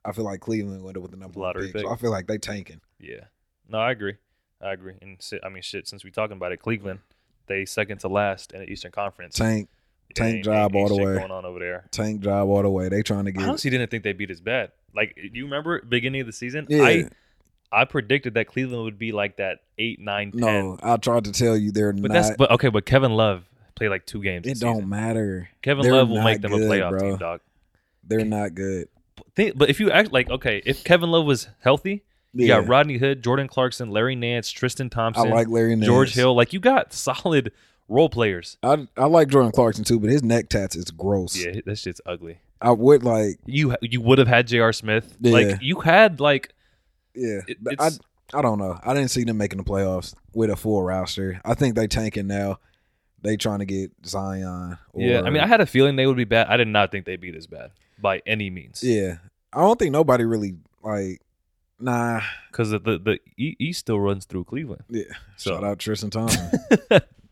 Speaker 2: I feel like Cleveland went up with the number one
Speaker 1: Lottery
Speaker 2: pick. So
Speaker 1: pick.
Speaker 2: I feel like they tanking.
Speaker 1: Yeah. No, I agree. I agree. And si- I mean, shit. Since we talking about it, Cleveland, they second to last in the Eastern Conference.
Speaker 2: Tank,
Speaker 1: It
Speaker 2: tank
Speaker 1: ain't-
Speaker 2: job
Speaker 1: ain't
Speaker 2: all the
Speaker 1: shit
Speaker 2: way.
Speaker 1: Going on over there.
Speaker 2: tank job all the way. They trying to
Speaker 1: I
Speaker 2: get.
Speaker 1: honestly didn't think they'd beat as bad. Like you remember beginning of the season,
Speaker 2: Yeah,
Speaker 1: I I predicted that Cleveland would be like that eight, nine, ten.
Speaker 2: No, I tried to tell you they're
Speaker 1: but
Speaker 2: not.
Speaker 1: that's but okay. But Kevin Love played like two games.
Speaker 2: it
Speaker 1: this
Speaker 2: don't
Speaker 1: season.
Speaker 2: matter.
Speaker 1: Kevin
Speaker 2: They're
Speaker 1: Love will
Speaker 2: not
Speaker 1: make them a
Speaker 2: good,
Speaker 1: playoff
Speaker 2: bro.
Speaker 1: team, dog.
Speaker 2: They're not good.
Speaker 1: Think, but if you act like okay, if Kevin Love was healthy, you
Speaker 2: Yeah,
Speaker 1: got Rodney Hood, Jordan Clarkson, Larry Nance, Tristan
Speaker 2: I
Speaker 1: Thompson,
Speaker 2: like Larry Nance.
Speaker 1: George Hill. Like you got solid role players.
Speaker 2: I I like Jordan Clarkson too, but his neck tats is gross.
Speaker 1: Yeah, that shit's ugly.
Speaker 2: I would like.
Speaker 1: You you would have had J.R. Smith.
Speaker 2: Yeah.
Speaker 1: Like you had like
Speaker 2: Yeah,
Speaker 1: it-
Speaker 2: but I
Speaker 1: it's-
Speaker 2: I don't know. I didn't see them making the playoffs with a full roster. I think they tanking now. They trying to get Zion. Or,
Speaker 1: yeah. I mean, I had a feeling they would be bad. I did not think they'd be this bad by any means.
Speaker 2: yeah. I don't think nobody really like. Nah.
Speaker 1: because the the, the e, East still runs through Cleveland.
Speaker 2: Yeah.
Speaker 1: So
Speaker 2: Shout out Tristan Thompson.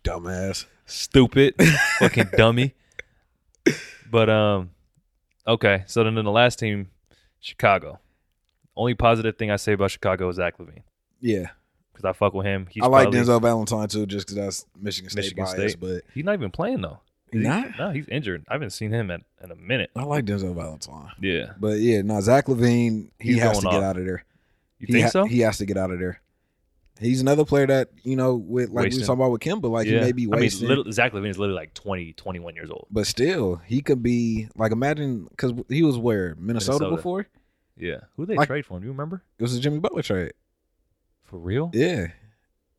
Speaker 2: Dumbass.
Speaker 1: stupid, fucking dummy. But um, okay. So then, in the last team, Chicago. Only positive thing I say about Chicago is Zach Levine
Speaker 2: Yeah.
Speaker 1: because I fuck with him. He's
Speaker 2: I like
Speaker 1: probably-
Speaker 2: Denzel Valentine too, just because that's Michigan State
Speaker 1: Michigan
Speaker 2: bias.
Speaker 1: State.
Speaker 2: But
Speaker 1: He's not even playing though. Is he?
Speaker 2: Nah.
Speaker 1: no, he's injured. I haven't seen him in, in a minute.
Speaker 2: I like Denzel Valentine.
Speaker 1: Yeah,
Speaker 2: But yeah, no, Zach Levine, he
Speaker 1: He's
Speaker 2: has to
Speaker 1: going
Speaker 2: get
Speaker 1: off.
Speaker 2: out of there.
Speaker 1: you
Speaker 2: he
Speaker 1: think
Speaker 2: ha-
Speaker 1: so?
Speaker 2: He has to get out of there. He's another player that, you know, with like we
Speaker 1: Wasting.
Speaker 2: were talking about with Kimba, like
Speaker 1: yeah.
Speaker 2: he may be
Speaker 1: I mean,
Speaker 2: wasting.
Speaker 1: little, Zach Levine is literally like 20, 21 years old.
Speaker 2: but still, he could be like imagine because he was where Minnesota,
Speaker 1: Minnesota.
Speaker 2: before.
Speaker 1: Yeah, who they
Speaker 2: Like-
Speaker 1: trade for him? Do you remember?
Speaker 2: It was a Jimmy Butler trade.
Speaker 1: For real?
Speaker 2: Yeah,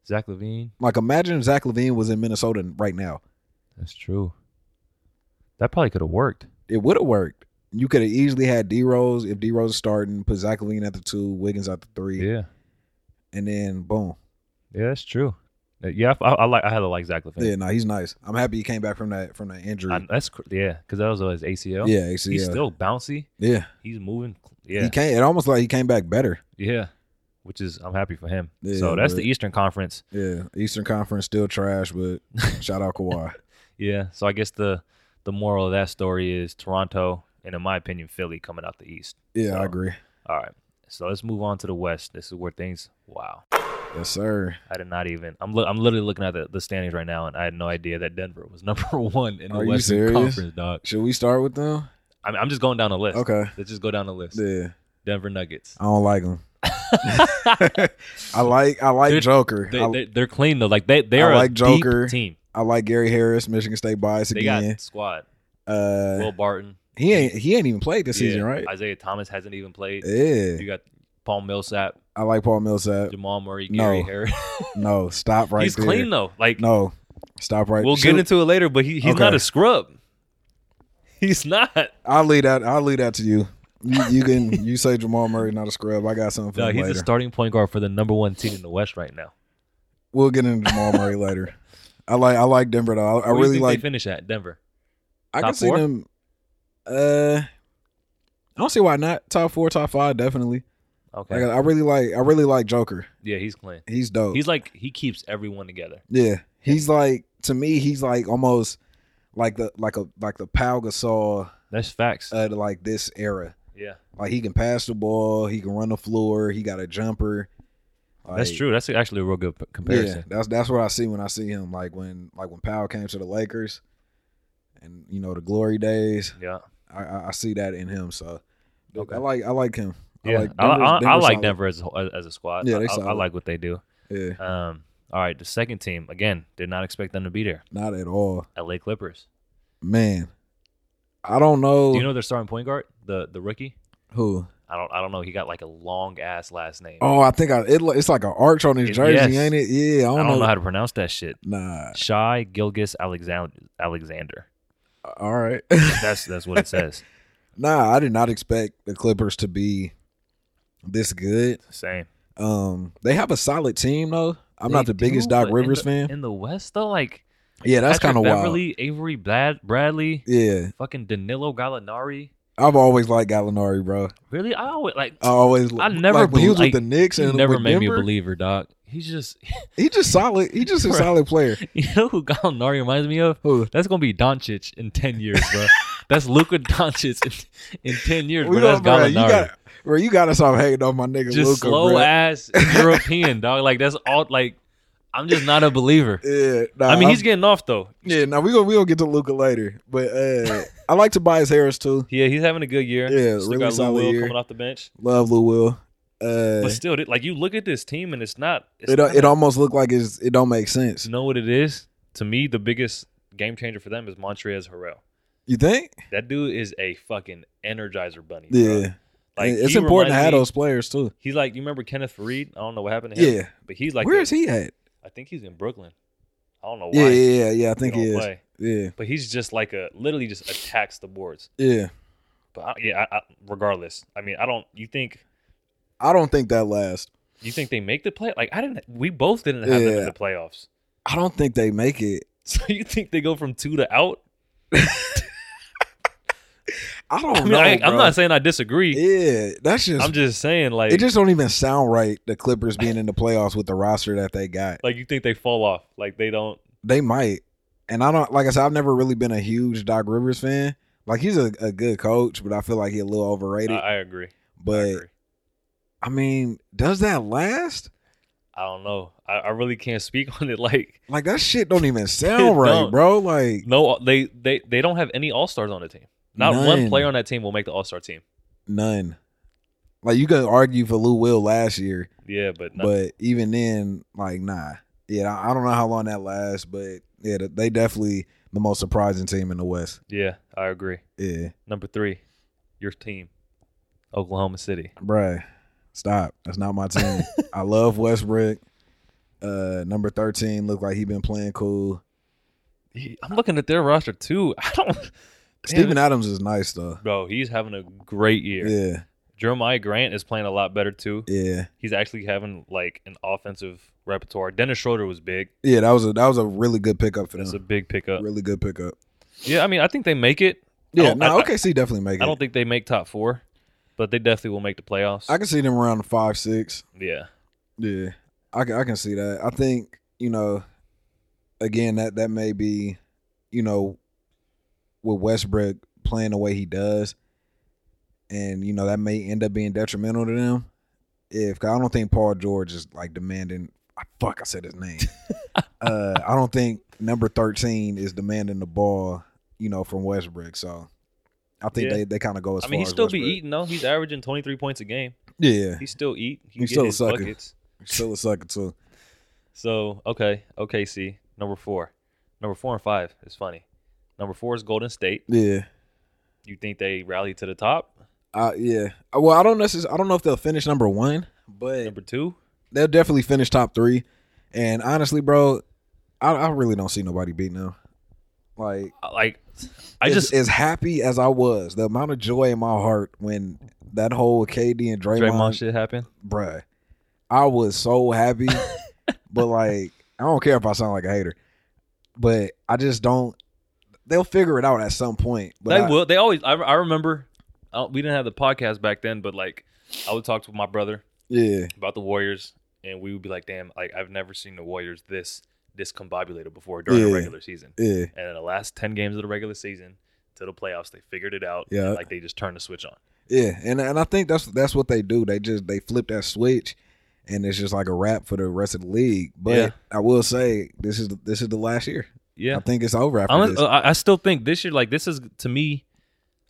Speaker 1: Zach Levine.
Speaker 2: like imagine if Zach Levine was in Minnesota right now.
Speaker 1: That's true. That probably could have worked.
Speaker 2: It would have worked. You could have easily had D Rose if D Rose is starting, put Zach Levine at the two, Wiggins at the three,
Speaker 1: Yeah.
Speaker 2: and then boom.
Speaker 1: Yeah, that's true. Uh, Yeah, I, I, I like. I had to like Zach Levine.
Speaker 2: Yeah, no, he's nice. I'm happy he came back from that from that injury.
Speaker 1: I, that's cr- yeah, because that was uh, his ACL.
Speaker 2: yeah, ACL.
Speaker 1: he's still bouncy.
Speaker 2: yeah.
Speaker 1: He's moving.
Speaker 2: he
Speaker 1: Yeah,
Speaker 2: came. It almost like he came back better.
Speaker 1: yeah. Which is I'm happy for him.
Speaker 2: Yeah,
Speaker 1: so that's
Speaker 2: but-
Speaker 1: the Eastern Conference.
Speaker 2: Yeah, Eastern Conference still trash, but shout out Kawhi.
Speaker 1: Yeah. So I guess the the moral of that story is Toronto and in my opinion Philly coming out the East.
Speaker 2: Yeah,
Speaker 1: So-
Speaker 2: I agree.
Speaker 1: All right. So let's move on to the West. This is where things. Wow.
Speaker 2: Yes, sir.
Speaker 1: I did not even. I'm li- I'm literally looking at the, the standings right now, and I had no idea that Denver was number one in the
Speaker 2: Are you
Speaker 1: Western
Speaker 2: serious?
Speaker 1: Conference, dog.
Speaker 2: Should we start with them?
Speaker 1: I'm, I'm just going down the list.
Speaker 2: Okay.
Speaker 1: Let's just go down the list.
Speaker 2: Yeah,
Speaker 1: Denver Nuggets.
Speaker 2: I don't like them. I like I like
Speaker 1: They're-
Speaker 2: Joker.
Speaker 1: They,
Speaker 2: I,
Speaker 1: they, they're clean though. Like they they're
Speaker 2: I
Speaker 1: a
Speaker 2: like Joker.
Speaker 1: deep team.
Speaker 2: I like Gary Harris, Michigan State bias
Speaker 1: They
Speaker 2: again.
Speaker 1: got squad.
Speaker 2: uh,
Speaker 1: Will Barton
Speaker 2: he ain't he ain't even played this
Speaker 1: Yeah.
Speaker 2: season, right?
Speaker 1: Isaiah Thomas hasn't even played.
Speaker 2: yeah,
Speaker 1: You got Paul Millsap,
Speaker 2: I like Paul Millsap.
Speaker 1: Jamal Murray,
Speaker 2: No.
Speaker 1: Gary Harris.
Speaker 2: No, stop right
Speaker 1: he's
Speaker 2: there.
Speaker 1: clean though. Like
Speaker 2: No, stop right.
Speaker 1: we'll
Speaker 2: Shoot.
Speaker 1: get into it later, but he, he's not
Speaker 2: Okay.
Speaker 1: a scrub. He's not.
Speaker 2: I'll leave that. I'll leave that to you. You, you can you say Jamal Murray not a scrub. I got something for
Speaker 1: No,
Speaker 2: him
Speaker 1: he's
Speaker 2: later.
Speaker 1: the starting point guard for the number one team in the West right now.
Speaker 2: we'll get into Jamal Murray later. I like I like Denver though. I, I
Speaker 1: Where do you
Speaker 2: really
Speaker 1: think
Speaker 2: like.
Speaker 1: they finish at Denver.
Speaker 2: I
Speaker 1: top
Speaker 2: can see
Speaker 1: four?
Speaker 2: them. Uh, I don't see why not. Top four, top five, definitely.
Speaker 1: Okay.
Speaker 2: Like, I really like. I really like Joker.
Speaker 1: yeah, he's clean.
Speaker 2: He's dope.
Speaker 1: He's like he keeps everyone together.
Speaker 2: yeah, he's like to me. He's like almost like the like a like the Pau Gasol
Speaker 1: That's facts.
Speaker 2: of like this era.
Speaker 1: yeah,
Speaker 2: Like he can pass the ball. He can run the floor. He got a jumper.
Speaker 1: that's
Speaker 2: Like,
Speaker 1: true. That's actually a real good p-
Speaker 2: Yeah,
Speaker 1: comparison.
Speaker 2: that's that's what I see when I see him. Like when like when Powell came to the Lakers, and you know the glory days.
Speaker 1: Yeah.
Speaker 2: I I, I see that in him. So
Speaker 1: Okay.
Speaker 2: I like I like him.
Speaker 1: Yeah, I,
Speaker 2: like
Speaker 1: I,
Speaker 2: Denver's-
Speaker 1: I,
Speaker 2: Denver's
Speaker 1: like
Speaker 2: solid.
Speaker 1: Denver as a, whole- as a squad.
Speaker 2: Yeah,
Speaker 1: I,
Speaker 2: they
Speaker 1: I- I
Speaker 2: solid.
Speaker 1: like what they do.
Speaker 2: Yeah,
Speaker 1: Um, all right, the second team again did not expect them to be there.
Speaker 2: not at all,
Speaker 1: L.A. Clippers.
Speaker 2: man. I don't know,
Speaker 1: Do you know their starting point guard, the the rookie?
Speaker 2: who.
Speaker 1: I don't I don't know. He got like a long ass last name.
Speaker 2: Oh, I think I, it, lo- it's like an arch on his
Speaker 1: It-
Speaker 2: jersey,
Speaker 1: yes.
Speaker 2: ain't it? Yeah, I
Speaker 1: I
Speaker 2: don't,
Speaker 1: don't know how to pronounce that shit.
Speaker 2: Nah,
Speaker 1: Shy Gilgis Alexan- Alexander.
Speaker 2: all right.
Speaker 1: That's that's what it says.
Speaker 2: nah, I did not expect the Clippers to be this good.
Speaker 1: Same.
Speaker 2: Um, they have a solid team though. I'm
Speaker 1: They
Speaker 2: not the
Speaker 1: do,
Speaker 2: biggest
Speaker 1: but
Speaker 2: Doc
Speaker 1: in
Speaker 2: Rivers
Speaker 1: the-
Speaker 2: fan.
Speaker 1: In the West though, like
Speaker 2: yeah, that's
Speaker 1: Patrick
Speaker 2: kind of wild.
Speaker 1: Beverly, Avery Brad- Bradley,
Speaker 2: Yeah,
Speaker 1: fucking Danilo Gallinari.
Speaker 2: I've always liked Gallinari, bro.
Speaker 1: Really, I always like.
Speaker 2: I always
Speaker 1: I never
Speaker 2: like, when he was
Speaker 1: believed-
Speaker 2: with the Knicks
Speaker 1: he
Speaker 2: and
Speaker 1: never
Speaker 2: Oh, with
Speaker 1: made me a
Speaker 2: Denver,
Speaker 1: believer, doc. He's just
Speaker 2: He just solid. He just a
Speaker 1: Bro.
Speaker 2: solid player.
Speaker 1: You know who Gallinari reminds me of?
Speaker 2: Who?
Speaker 1: That's gonna be Doncic in ten years, bro. That's Luka Doncic in, in ten years, bro. That's
Speaker 2: don't- bro, you
Speaker 1: Gallinari.
Speaker 2: got, bro, you got us all hating on my nigga
Speaker 1: just
Speaker 2: Luka,
Speaker 1: slow
Speaker 2: bro.
Speaker 1: ass European dog. Like that's all. Like I'm just not a believer.
Speaker 2: Yeah, nah,
Speaker 1: I mean,
Speaker 2: I'm-
Speaker 1: he's getting off though.
Speaker 2: yeah. Now we gonna we gonna get to Luca later, but uh, I like Tobias Harris too.
Speaker 1: Yeah, he's having a good year.
Speaker 2: Yeah,
Speaker 1: Still
Speaker 2: really
Speaker 1: got Lou
Speaker 2: solid
Speaker 1: Will
Speaker 2: year.
Speaker 1: coming off the bench.
Speaker 2: Love Lou Will. Uh,
Speaker 1: But still, th- like you look at this team and it's not. It's
Speaker 2: it uh,
Speaker 1: not
Speaker 2: it almost looked like it's, it don't make sense.
Speaker 1: you know what it is? To me, the biggest game changer for them is Montrez Harrell.
Speaker 2: You think?
Speaker 1: That dude is a fucking energizer bunny. bro.
Speaker 2: Yeah.
Speaker 1: Like
Speaker 2: it's
Speaker 1: he
Speaker 2: important
Speaker 1: reminds
Speaker 2: to have
Speaker 1: me-
Speaker 2: those players too.
Speaker 1: He's like you remember Kenneth Fareed? I don't know what happened to him.
Speaker 2: Yeah.
Speaker 1: But he's like
Speaker 2: Where
Speaker 1: the-
Speaker 2: is he at?
Speaker 1: I think he's in Brooklyn. I don't know why.
Speaker 2: Yeah, yeah, yeah, yeah. I think
Speaker 1: don't
Speaker 2: he is.
Speaker 1: play.
Speaker 2: Yeah,
Speaker 1: But he's just like a literally just attacks the boards.
Speaker 2: yeah.
Speaker 1: But I, yeah, I, I, regardless, I mean, I don't. You think
Speaker 2: I don't think that lasts.
Speaker 1: you think they make the play? Like I didn't. We both didn't have them in
Speaker 2: Yeah.
Speaker 1: the playoffs.
Speaker 2: I don't think they make it.
Speaker 1: So you think they go from two to out?
Speaker 2: I don't
Speaker 1: I mean,
Speaker 2: know.
Speaker 1: I, I'm
Speaker 2: bro.
Speaker 1: not saying I disagree.
Speaker 2: Yeah, that's just.
Speaker 1: I'm just saying like
Speaker 2: it just don't even sound right. The Clippers being in the playoffs with the roster that they got,
Speaker 1: like you think they fall off. Like they don't.
Speaker 2: they might. And I don't like I said. I've never really been a huge Doc Rivers fan. Like he's a, a good coach, but I feel like he's a little
Speaker 1: I,
Speaker 2: overrated.
Speaker 1: I agree. I
Speaker 2: but
Speaker 1: agree.
Speaker 2: I mean, does that last?
Speaker 1: I don't know. I, I really can't speak on it. Like
Speaker 2: Like that shit don't even sound right,
Speaker 1: don't.
Speaker 2: bro. Like
Speaker 1: no, they they they don't have any all stars on the team. Not
Speaker 2: None.
Speaker 1: one player on that team will make the all star team.
Speaker 2: none. Like you could argue for Lou Will last year,
Speaker 1: Yeah, but no,
Speaker 2: but even then, like nah. Yeah, I, I don't know how long that lasts, but yeah, th- they definitely the most surprising team in the West.
Speaker 1: yeah, I agree.
Speaker 2: Yeah,
Speaker 1: Number three, your team, Oklahoma City.
Speaker 2: bruh, stop. That's not my team. I love Westbrook. Uh, number thirteen looked like he been playing cool.
Speaker 1: He- I'm looking at their roster too. I don't.
Speaker 2: Steven Adams is nice though.
Speaker 1: Bro, he's having a great year.
Speaker 2: Yeah,
Speaker 1: Jeremiah Grant is playing a lot better too.
Speaker 2: yeah,
Speaker 1: He's actually having like an offensive repertoire. Dennis Schroeder was big.
Speaker 2: yeah. That was a that was a really good pickup for
Speaker 1: That's a
Speaker 2: them.
Speaker 1: big pickup.
Speaker 2: Really good pickup.
Speaker 1: Yeah, I mean, I think they make it. I
Speaker 2: Yeah,
Speaker 1: don't-
Speaker 2: no,
Speaker 1: I- I-
Speaker 2: OKC definitely make it.
Speaker 1: I don't think they make top four, but they definitely will make the playoffs.
Speaker 2: I can see them around five, six.
Speaker 1: yeah,
Speaker 2: Yeah, I can, I can see that. I think you know, again that that may be, you know, with Westbrook playing the way he does, and you know that may end up being detrimental to them. If 'cause I don't think Paul George is like demanding, I- fuck, I said his name. uh, I don't think number thirteen is demanding the ball, you know, from Westbrook. So I think
Speaker 1: Yeah.
Speaker 2: they, they kind of go as
Speaker 1: I mean,
Speaker 2: far
Speaker 1: he
Speaker 2: as
Speaker 1: still be
Speaker 2: Westbrook.
Speaker 1: eating though. He's averaging 23 points a game.
Speaker 2: Yeah,
Speaker 1: He still eat. He
Speaker 2: He's
Speaker 1: get
Speaker 2: still a
Speaker 1: his
Speaker 2: sucker.
Speaker 1: buckets.
Speaker 2: still a sucker too.
Speaker 1: So okay, OKC number four, number four and five is funny. Number four is Golden State.
Speaker 2: Yeah.
Speaker 1: You think they rally to the top?
Speaker 2: Uh, yeah. Uh, Well, I don't necessarily. I don't know if they'll finish number one, but
Speaker 1: Number two?
Speaker 2: they'll definitely finish top three. And honestly, bro, I, I really don't see nobody beating them. Like,
Speaker 1: I- Like, I
Speaker 2: as-
Speaker 1: just
Speaker 2: as happy as I was, the amount of joy in my heart when that whole KD and Draymond,
Speaker 1: Draymond shit happened.
Speaker 2: bruh, I was so happy. but like, I don't care if I sound like a hater, but I just don't. They'll figure it out at some point. But
Speaker 1: they
Speaker 2: I-
Speaker 1: will. They always. I, I remember. I don't- we didn't have the podcast back then, but like, I would talk to my brother
Speaker 2: Yeah.
Speaker 1: about the Warriors, and we would be like, "Damn, like I've never seen the Warriors this discombobulated before during the
Speaker 2: Yeah.
Speaker 1: regular season."
Speaker 2: Yeah.
Speaker 1: And in the last ten games of the regular season to the playoffs, they figured it out.
Speaker 2: Yeah.
Speaker 1: and, like they just turned the switch on.
Speaker 2: Yeah, and and I think that's that's what they do. They just they flip that switch, and it's just like a wrap for the rest of the league. But
Speaker 1: Yeah.
Speaker 2: I will say this is this is the last year.
Speaker 1: Yeah,
Speaker 2: I think it's over after
Speaker 1: Honest, uh,
Speaker 2: this.
Speaker 1: I, I still think this year, like this is to me.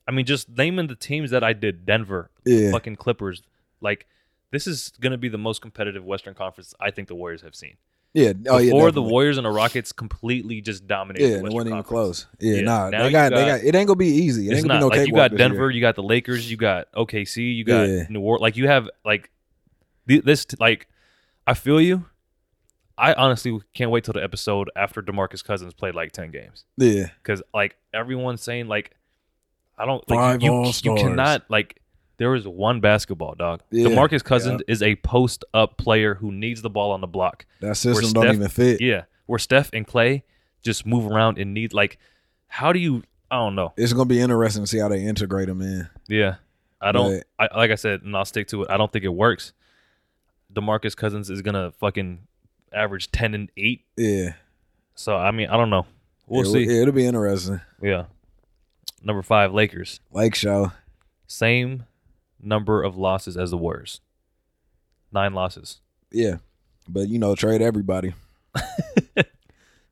Speaker 1: I mean, just naming the teams that I did: Denver,
Speaker 2: Yeah,
Speaker 1: fucking Clippers. Like this is gonna be the most competitive Western Conference I think the Warriors have seen.
Speaker 2: yeah. Oh yeah,
Speaker 1: Before the
Speaker 2: definitely.
Speaker 1: Warriors and the Rockets completely just dominated.
Speaker 2: Yeah,
Speaker 1: the
Speaker 2: and it
Speaker 1: Western
Speaker 2: wasn't even
Speaker 1: Conference.
Speaker 2: close. Yeah,
Speaker 1: Yeah,
Speaker 2: nah.
Speaker 1: now
Speaker 2: They
Speaker 1: you
Speaker 2: got, they
Speaker 1: got-
Speaker 2: got it ain't gonna be easy. It
Speaker 1: It's
Speaker 2: ain't
Speaker 1: not
Speaker 2: gonna be no
Speaker 1: like you
Speaker 2: cakewalk
Speaker 1: got
Speaker 2: this year.
Speaker 1: Denver, you got the Lakers, you got OKC, you got
Speaker 2: Yeah.
Speaker 1: New Orleans. Like you have like th- this. t- Like I feel you. I honestly can't wait till the episode after Demarcus Cousins played like ten games.
Speaker 2: Yeah,
Speaker 1: because like everyone's saying like I don't like,
Speaker 2: Five
Speaker 1: you, you
Speaker 2: All-Stars.
Speaker 1: cannot like there is one basketball dog.
Speaker 2: Yeah.
Speaker 1: DeMarcus Cousins is a post up player who needs the ball on the block.
Speaker 2: that system
Speaker 1: Where
Speaker 2: don't
Speaker 1: Steph-
Speaker 2: even fit.
Speaker 1: Yeah, where Steph and Clay just move around and need like how do you I don't know.
Speaker 2: It's gonna be interesting to see how they integrate them in.
Speaker 1: Yeah. I don't I like I said and I'll stick to it. I don't think it works. DeMarcus Cousins is going to fucking average 10 and 8.
Speaker 2: Yeah,
Speaker 1: So I mean, I don't know. We'll
Speaker 2: It-
Speaker 1: see.
Speaker 2: yeah, it'll be interesting.
Speaker 1: yeah. Number 5 Lakers.
Speaker 2: Lake show.
Speaker 1: same number of losses as the Warriors. Nine losses.
Speaker 2: Yeah, but you know, trade everybody.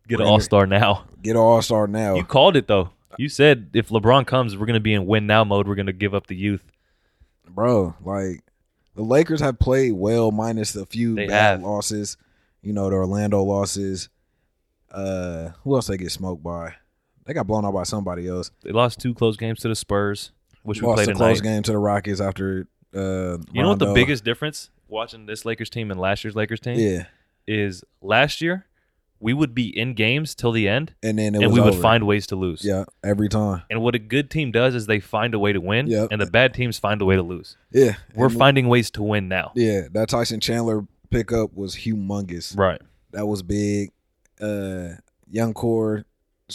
Speaker 1: Get
Speaker 2: Right.
Speaker 1: an All Star now.
Speaker 2: Get All Star now.
Speaker 1: You called it though. You said if LeBron comes, we're gonna be in win now mode. We're gonna give up the youth.
Speaker 2: bro. Like the Lakers have played well, minus a few
Speaker 1: They
Speaker 2: bad
Speaker 1: have.
Speaker 2: losses. You know, the Orlando losses. Uh, who else they get smoked by? They got blown out by somebody else.
Speaker 1: They lost two close games to the Spurs, which we
Speaker 2: Lost
Speaker 1: played
Speaker 2: a
Speaker 1: tonight.
Speaker 2: close game to the Rockets after. Uh,
Speaker 1: You know what the
Speaker 2: Rondo.
Speaker 1: biggest difference watching this Lakers team and last year's Lakers team
Speaker 2: Yeah,
Speaker 1: is last year we would be in games till the end
Speaker 2: and then it
Speaker 1: and
Speaker 2: was
Speaker 1: we would
Speaker 2: over.
Speaker 1: find ways to lose.
Speaker 2: Yeah, every time.
Speaker 1: And what a good team does is they find a way to win,
Speaker 2: Yep.
Speaker 1: and the bad teams find a way to lose.
Speaker 2: Yeah,
Speaker 1: We're
Speaker 2: and-
Speaker 1: finding ways to win now.
Speaker 2: Yeah, that Tyson Chandler pickup was humongous.
Speaker 1: Right.
Speaker 2: That was big. Uh, young core,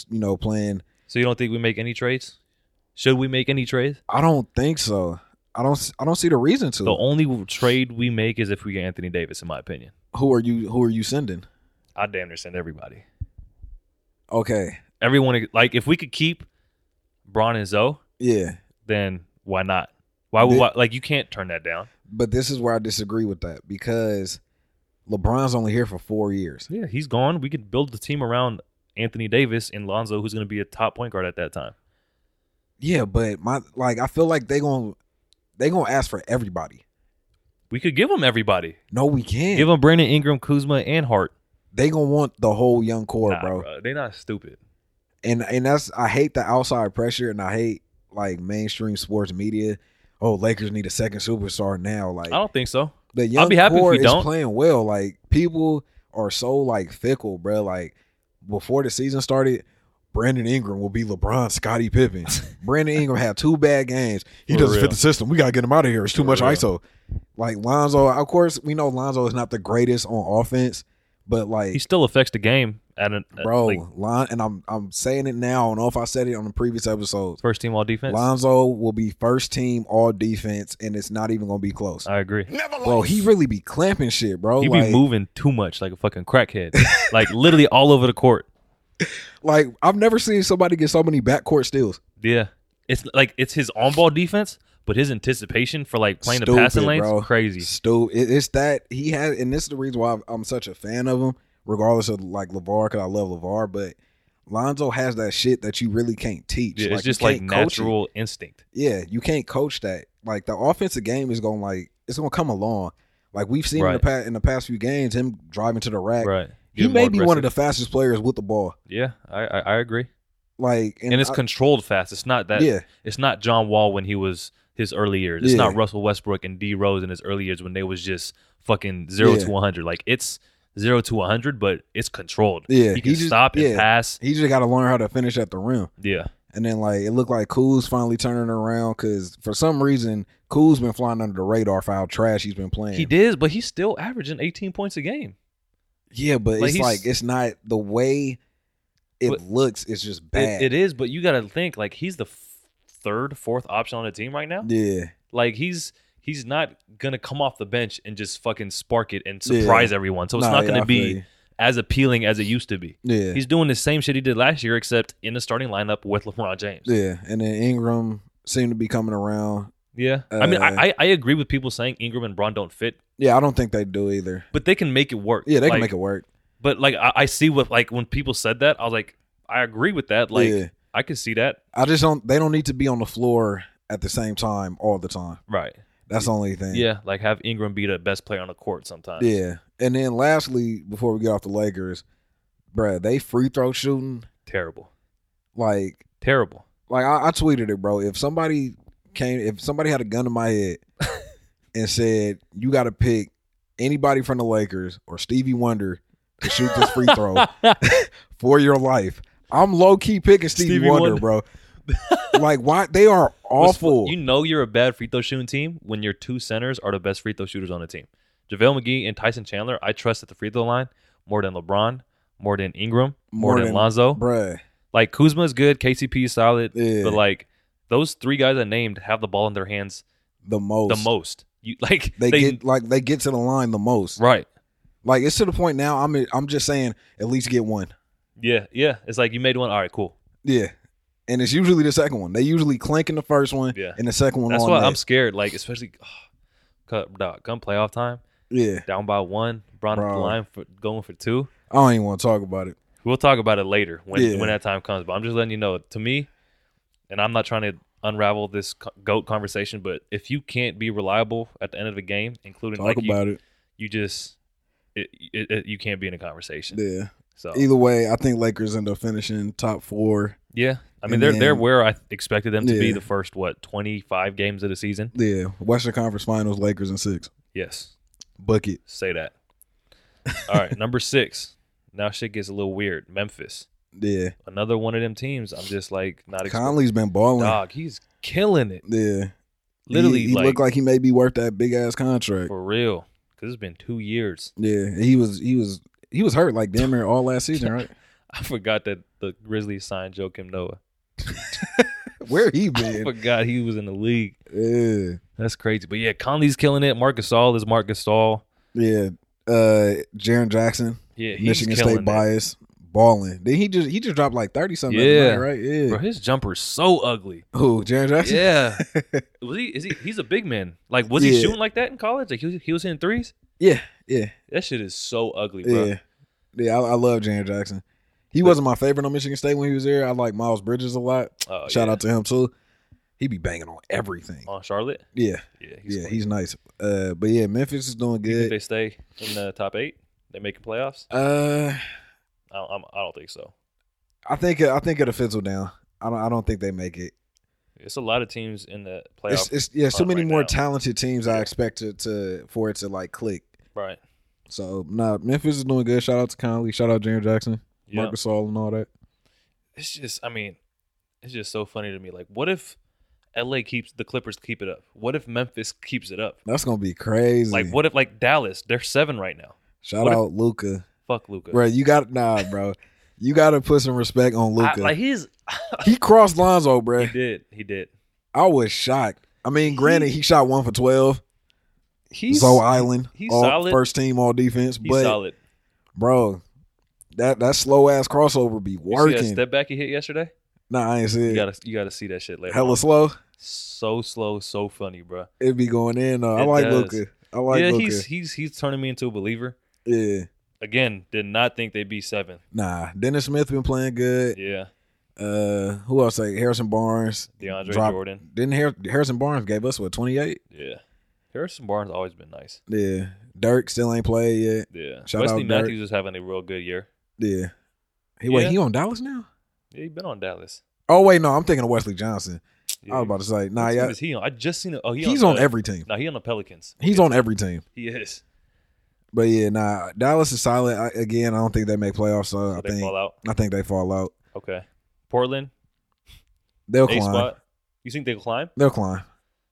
Speaker 2: you know, playing.
Speaker 1: So you don't think we make any trades? Should we make any trades?
Speaker 2: I don't think so. I don't. s- I don't see the reason to.
Speaker 1: The only trade we make is if we get Anthony Davis, in my opinion.
Speaker 2: who are you? Who are you sending?
Speaker 1: I damn near send everybody.
Speaker 2: Okay.
Speaker 1: Everyone like if we could keep Braun and Zoe,
Speaker 2: Yeah.
Speaker 1: then why not? Why would
Speaker 2: Thi-
Speaker 1: why, like you can't turn that down?
Speaker 2: But this is where I disagree with that because LeBron's only here for four years.
Speaker 1: Yeah, he's gone. We could build the team around Anthony Davis and Lonzo, who's going to be a top point guard at that time.
Speaker 2: Yeah, but my like I feel like they going they gonna ask for everybody.
Speaker 1: We could give him everybody.
Speaker 2: No, we can't.
Speaker 1: Give him Brandon Ingram, Kuzma, and Hart.
Speaker 2: they gonna want the whole young core,
Speaker 1: Nah,
Speaker 2: bro.
Speaker 1: bro, They're not stupid.
Speaker 2: and and that's I hate the outside pressure and I hate like mainstream sports media. Oh, Lakers need a second superstar now. Like
Speaker 1: I don't think so.
Speaker 2: the young
Speaker 1: be happy if
Speaker 2: core
Speaker 1: we
Speaker 2: is
Speaker 1: don't.
Speaker 2: playing well. Like people are so like fickle, bro. Like before the season started, Brandon Ingram will be LeBron, Scottie Pippen. Brandon Ingram had two bad games. He
Speaker 1: For
Speaker 2: doesn't
Speaker 1: real.
Speaker 2: fit the system. We gotta get him out of here. It's too
Speaker 1: For
Speaker 2: much
Speaker 1: real.
Speaker 2: ISO. Like Lonzo, of course, we know Lonzo is not the greatest on offense, but like
Speaker 1: He still affects the game at an at,
Speaker 2: bro,
Speaker 1: like,
Speaker 2: Lon, and I'm I'm saying it now. I don't know if I said it on the previous episodes.
Speaker 1: first team all defense.
Speaker 2: Lonzo will be first team all defense, and it's not even gonna be close.
Speaker 1: I agree.
Speaker 2: Bro, he really be clamping shit, bro.
Speaker 1: You
Speaker 2: Oh, like,
Speaker 1: be moving too much like a fucking crackhead, like literally all over the court.
Speaker 2: like I've never seen somebody get so many backcourt steals.
Speaker 1: Yeah, it's like it's his on ball defense, but his anticipation for like playing the
Speaker 2: Stupid,
Speaker 1: passing lanes
Speaker 2: bro.
Speaker 1: crazy.
Speaker 2: Stu, it, it's that he has, and this is the reason why I'm such a fan of him, regardless of like Levar, because I love Levar, but. Lonzo has that shit that you really can't teach.
Speaker 1: Yeah, it's
Speaker 2: you
Speaker 1: just like
Speaker 2: can't coach it.
Speaker 1: natural instinct.
Speaker 2: yeah, you can't coach that. Like the offensive game is gonna like it's gonna come along. Like we've seen in the
Speaker 1: Right.
Speaker 2: past in the past few games, him driving to the rack.
Speaker 1: Right.
Speaker 2: He
Speaker 1: Get
Speaker 2: may
Speaker 1: more
Speaker 2: be one of the
Speaker 1: aggressive.
Speaker 2: fastest players with the ball.
Speaker 1: Yeah, I I, I agree.
Speaker 2: Like
Speaker 1: And, it's
Speaker 2: I-
Speaker 1: controlled fast. It's not that.
Speaker 2: yeah,
Speaker 1: It's not John Wall when he was his early years. It's
Speaker 2: Yeah.
Speaker 1: not Russell Westbrook and D Rose in his early years when they was just fucking zero
Speaker 2: Yeah.
Speaker 1: to one hundred. Like it's zero to one hundred, but it's controlled.
Speaker 2: Yeah,
Speaker 1: He
Speaker 2: he
Speaker 1: can
Speaker 2: just-
Speaker 1: stop and
Speaker 2: yeah.
Speaker 1: pass.
Speaker 2: he just got to learn how to finish at the rim.
Speaker 1: Yeah.
Speaker 2: And then like it looked like Kuz finally turning around because for some reason Kuz been flying under the radar for how trash he's been playing.
Speaker 1: He did, but he's still averaging 18 points a game.
Speaker 2: Yeah, but
Speaker 1: Like,
Speaker 2: it's
Speaker 1: he's-
Speaker 2: like it's not the way it
Speaker 1: But-
Speaker 2: looks. It's just bad.
Speaker 1: It, it is, but you got to think like he's the f- third, fourth option on the team right now.
Speaker 2: Yeah,
Speaker 1: Like he's he's not gonna come off the bench and just fucking spark it and surprise everyone. So it's
Speaker 2: Nah,
Speaker 1: not
Speaker 2: yeah,
Speaker 1: gonna
Speaker 2: I
Speaker 1: be
Speaker 2: feel you.
Speaker 1: as appealing as it used to be.
Speaker 2: Yeah,
Speaker 1: He's doing the same shit he did last year, except in the starting lineup with LeBron James. Yeah,
Speaker 2: yeah. And then Ingram seemed to be coming around.
Speaker 1: I mean,
Speaker 2: Uh,
Speaker 1: I, I I agree with people saying Ingram and Braun don't fit,
Speaker 2: Yeah, I don't think they do either.
Speaker 1: but they can make it work.
Speaker 2: Yeah, they
Speaker 1: Like,
Speaker 2: can make it work.
Speaker 1: But like I, I see what like when people said that, I was like, I agree with that. Like
Speaker 2: Yeah.
Speaker 1: I can see that.
Speaker 2: I just don't. They don't need to be on the floor at the same time all the time.
Speaker 1: Right.
Speaker 2: That's the only thing.
Speaker 1: Yeah, like have Ingram be the best player on the court sometimes.
Speaker 2: yeah. And then lastly, before we get off the Lakers, bruh, they free throw shooting
Speaker 1: Terrible.
Speaker 2: like
Speaker 1: Terrible.
Speaker 2: like I, I tweeted it, bro. If somebody came, if somebody had a gun to my head and said you got to pick anybody from the Lakers or Stevie Wonder to shoot this free throw for your life, I'm low key picking Stevie,
Speaker 1: Stevie
Speaker 2: Wonder, bro. like why they are awful.
Speaker 1: You know you're a bad free throw shooting team when your two centers are the best free throw shooters on the team. JaVale McGee and Tyson Chandler, I trust at the free throw line more than LeBron, more than Ingram, more,
Speaker 2: More
Speaker 1: than,
Speaker 2: than-
Speaker 1: Lonzo.
Speaker 2: Bruh,
Speaker 1: like Kuzma is good, KCP is solid,
Speaker 2: Yeah.
Speaker 1: but like those three guys I named have the ball in their hands
Speaker 2: the most.
Speaker 1: the most. You like
Speaker 2: They, get like they get to the line the most.
Speaker 1: right.
Speaker 2: Like it's to the point now. I'm I'm just saying at least get one.
Speaker 1: Yeah, yeah. It's like you made one. All right, cool.
Speaker 2: Yeah, and it's usually the second one. They usually clank in the first one.
Speaker 1: Yeah.
Speaker 2: and the second one.
Speaker 1: That's
Speaker 2: on
Speaker 1: why
Speaker 2: that.
Speaker 1: I'm scared. Like especially, cut dog, come playoff time.
Speaker 2: Yeah,
Speaker 1: down by one. Bron at the
Speaker 2: Bro.
Speaker 1: line for going for two.
Speaker 2: I don't even want to talk about it.
Speaker 1: We'll talk about it later when
Speaker 2: Yeah.
Speaker 1: when that time comes. But I'm just letting you know. To me, and I'm not trying to unravel this co- goat conversation, but if you can't be reliable at the end of a game, including
Speaker 2: Talk
Speaker 1: like you,
Speaker 2: about it.
Speaker 1: you just it, it, it- you can't be in a conversation.
Speaker 2: Yeah.
Speaker 1: So
Speaker 2: Either way, I think Lakers end up finishing top four.
Speaker 1: yeah, I mean
Speaker 2: and
Speaker 1: they're they're
Speaker 2: then-
Speaker 1: where I expected them to be
Speaker 2: Yeah.
Speaker 1: the first what twenty five games of the season.
Speaker 2: Yeah, Western Conference Finals, Lakers in six.
Speaker 1: Yes,
Speaker 2: Bucket.
Speaker 1: say that. All right, number six. Now shit gets a little weird. Memphis,
Speaker 2: Yeah,
Speaker 1: another one of them teams. I'm just like not expect-
Speaker 2: Conley's been balling.
Speaker 1: dog. He's killing it.
Speaker 2: Yeah,
Speaker 1: Literally,
Speaker 2: he, he
Speaker 1: like,
Speaker 2: looked like he may be worth that big ass contract.
Speaker 1: for real. Cause it's been two years.
Speaker 2: Yeah, he was he was he was hurt like damn near all last season, right?
Speaker 1: I forgot that the Grizzlies signed Joakim Noah.
Speaker 2: Where he
Speaker 1: I
Speaker 2: been?
Speaker 1: forgot he was in the league.
Speaker 2: yeah,
Speaker 1: That's crazy. But yeah, Conley's killing it. Marcus All is Marcus All.
Speaker 2: yeah. Uh, Jaron Jackson,
Speaker 1: Yeah, he's
Speaker 2: Michigan
Speaker 1: killing
Speaker 2: State
Speaker 1: it.
Speaker 2: bias, balling. Then he just he just dropped like thirty something.
Speaker 1: Yeah.
Speaker 2: Yeah, right.
Speaker 1: Bro,
Speaker 2: Yeah.
Speaker 1: his jumper's so ugly.
Speaker 2: Who? Jaron Jackson.
Speaker 1: Yeah. was he is he he's a big man. Like was he
Speaker 2: Yeah.
Speaker 1: shooting like that in college? Like he was, he was hitting threes?
Speaker 2: Yeah. Yeah.
Speaker 1: That shit is so ugly, bro.
Speaker 2: Yeah, yeah, I, I love Jaron Jackson. He wasn't my favorite on Michigan State when he was there. I like Miles Bridges a lot.
Speaker 1: Oh,
Speaker 2: Shout
Speaker 1: yeah. Oh,
Speaker 2: out to him too. He be banging on everything.
Speaker 1: on Charlotte.
Speaker 2: Yeah,
Speaker 1: Yeah,
Speaker 2: yeah,
Speaker 1: clean.
Speaker 2: he's nice. Uh, but yeah, Memphis is doing
Speaker 1: If
Speaker 2: good.
Speaker 1: they stay in the top eight, they making playoffs.
Speaker 2: Uh,
Speaker 1: I don't, I'm, I don't think so.
Speaker 2: I think I think it'll fizzle down. I don't I don't think they make it.
Speaker 1: It's a lot of teams in the playoff.
Speaker 2: It's, it's yeah, so
Speaker 1: run
Speaker 2: many
Speaker 1: right
Speaker 2: more
Speaker 1: now.
Speaker 2: talented teams
Speaker 1: Yeah.
Speaker 2: I expect to, to for it to like click.
Speaker 1: right.
Speaker 2: So nah, Memphis is doing good. Shout out to Conley. Shout out Jaron Jackson,
Speaker 1: Yeah.
Speaker 2: Marcus All, and all that.
Speaker 1: It's just, I mean, it's just so funny to me. Like, what if LA keeps the Clippers keep it up? What if Memphis keeps it up?
Speaker 2: That's gonna be crazy.
Speaker 1: Like, what if like Dallas? They're seven right now.
Speaker 2: Shout
Speaker 1: what if-
Speaker 2: out Luca.
Speaker 1: Fuck Luca.
Speaker 2: Bro, you got nah, bro. You got to put some respect on Luca.
Speaker 1: like he's
Speaker 2: he crossed Lonzo, bro.
Speaker 1: he did he did
Speaker 2: I was shocked. I mean, granted, he shot one for twelve.
Speaker 1: he's
Speaker 2: Zoe Island,
Speaker 1: he's
Speaker 2: all,
Speaker 1: solid.
Speaker 2: first team all defense.
Speaker 1: he's
Speaker 2: but
Speaker 1: solid.
Speaker 2: bro, that that slow ass crossover be
Speaker 1: You see that
Speaker 2: working.
Speaker 1: step back he hit yesterday.
Speaker 2: Nah, I ain't see
Speaker 1: You
Speaker 2: it.
Speaker 1: gotta you gotta see that shit later.
Speaker 2: Hella
Speaker 1: on.
Speaker 2: slow.
Speaker 1: So slow, so funny, bro.
Speaker 2: It be going in. Though. I
Speaker 1: It
Speaker 2: like
Speaker 1: does.
Speaker 2: Luca. I like
Speaker 1: yeah,
Speaker 2: Luca.
Speaker 1: he's he's he's turning me into a believer.
Speaker 2: Yeah.
Speaker 1: Again, did not think they'd be seven.
Speaker 2: Nah, Dennis Smith been playing good.
Speaker 1: Yeah,
Speaker 2: Uh, who else? Like Harrison Barnes.
Speaker 1: DeAndre
Speaker 2: Drop-
Speaker 1: Jordan.
Speaker 2: Didn't Har- Harrison Barnes gave us what twenty eight?
Speaker 1: Yeah, Harrison Barnes always been nice.
Speaker 2: Yeah. Dirk still ain't played yet.
Speaker 1: Yeah,
Speaker 2: Shout
Speaker 1: Wesley
Speaker 2: out Dirk.
Speaker 1: Matthews is having a real good year.
Speaker 2: Yeah. He wait,
Speaker 1: Yeah.
Speaker 2: he on Dallas now?
Speaker 1: Yeah, he been on Dallas.
Speaker 2: Oh wait, no, I'm thinking of Wesley Johnson.
Speaker 1: Yeah.
Speaker 2: I was about to say, nah,
Speaker 1: What team
Speaker 2: yeah,
Speaker 1: is he on? I just seen it. Oh, he
Speaker 2: he's on
Speaker 1: the-
Speaker 2: every team.
Speaker 1: No, he on the Pelicans.
Speaker 2: He's on every team.
Speaker 1: He is.
Speaker 2: But yeah, nah, Dallas is solid. I, again, I don't think they make playoffs, so I
Speaker 1: Did they
Speaker 2: think
Speaker 1: fall out.
Speaker 2: I think they fall out.
Speaker 1: Okay, Portland
Speaker 2: They'll
Speaker 1: A
Speaker 2: climb.
Speaker 1: spot. You think they'll climb?
Speaker 2: They'll climb.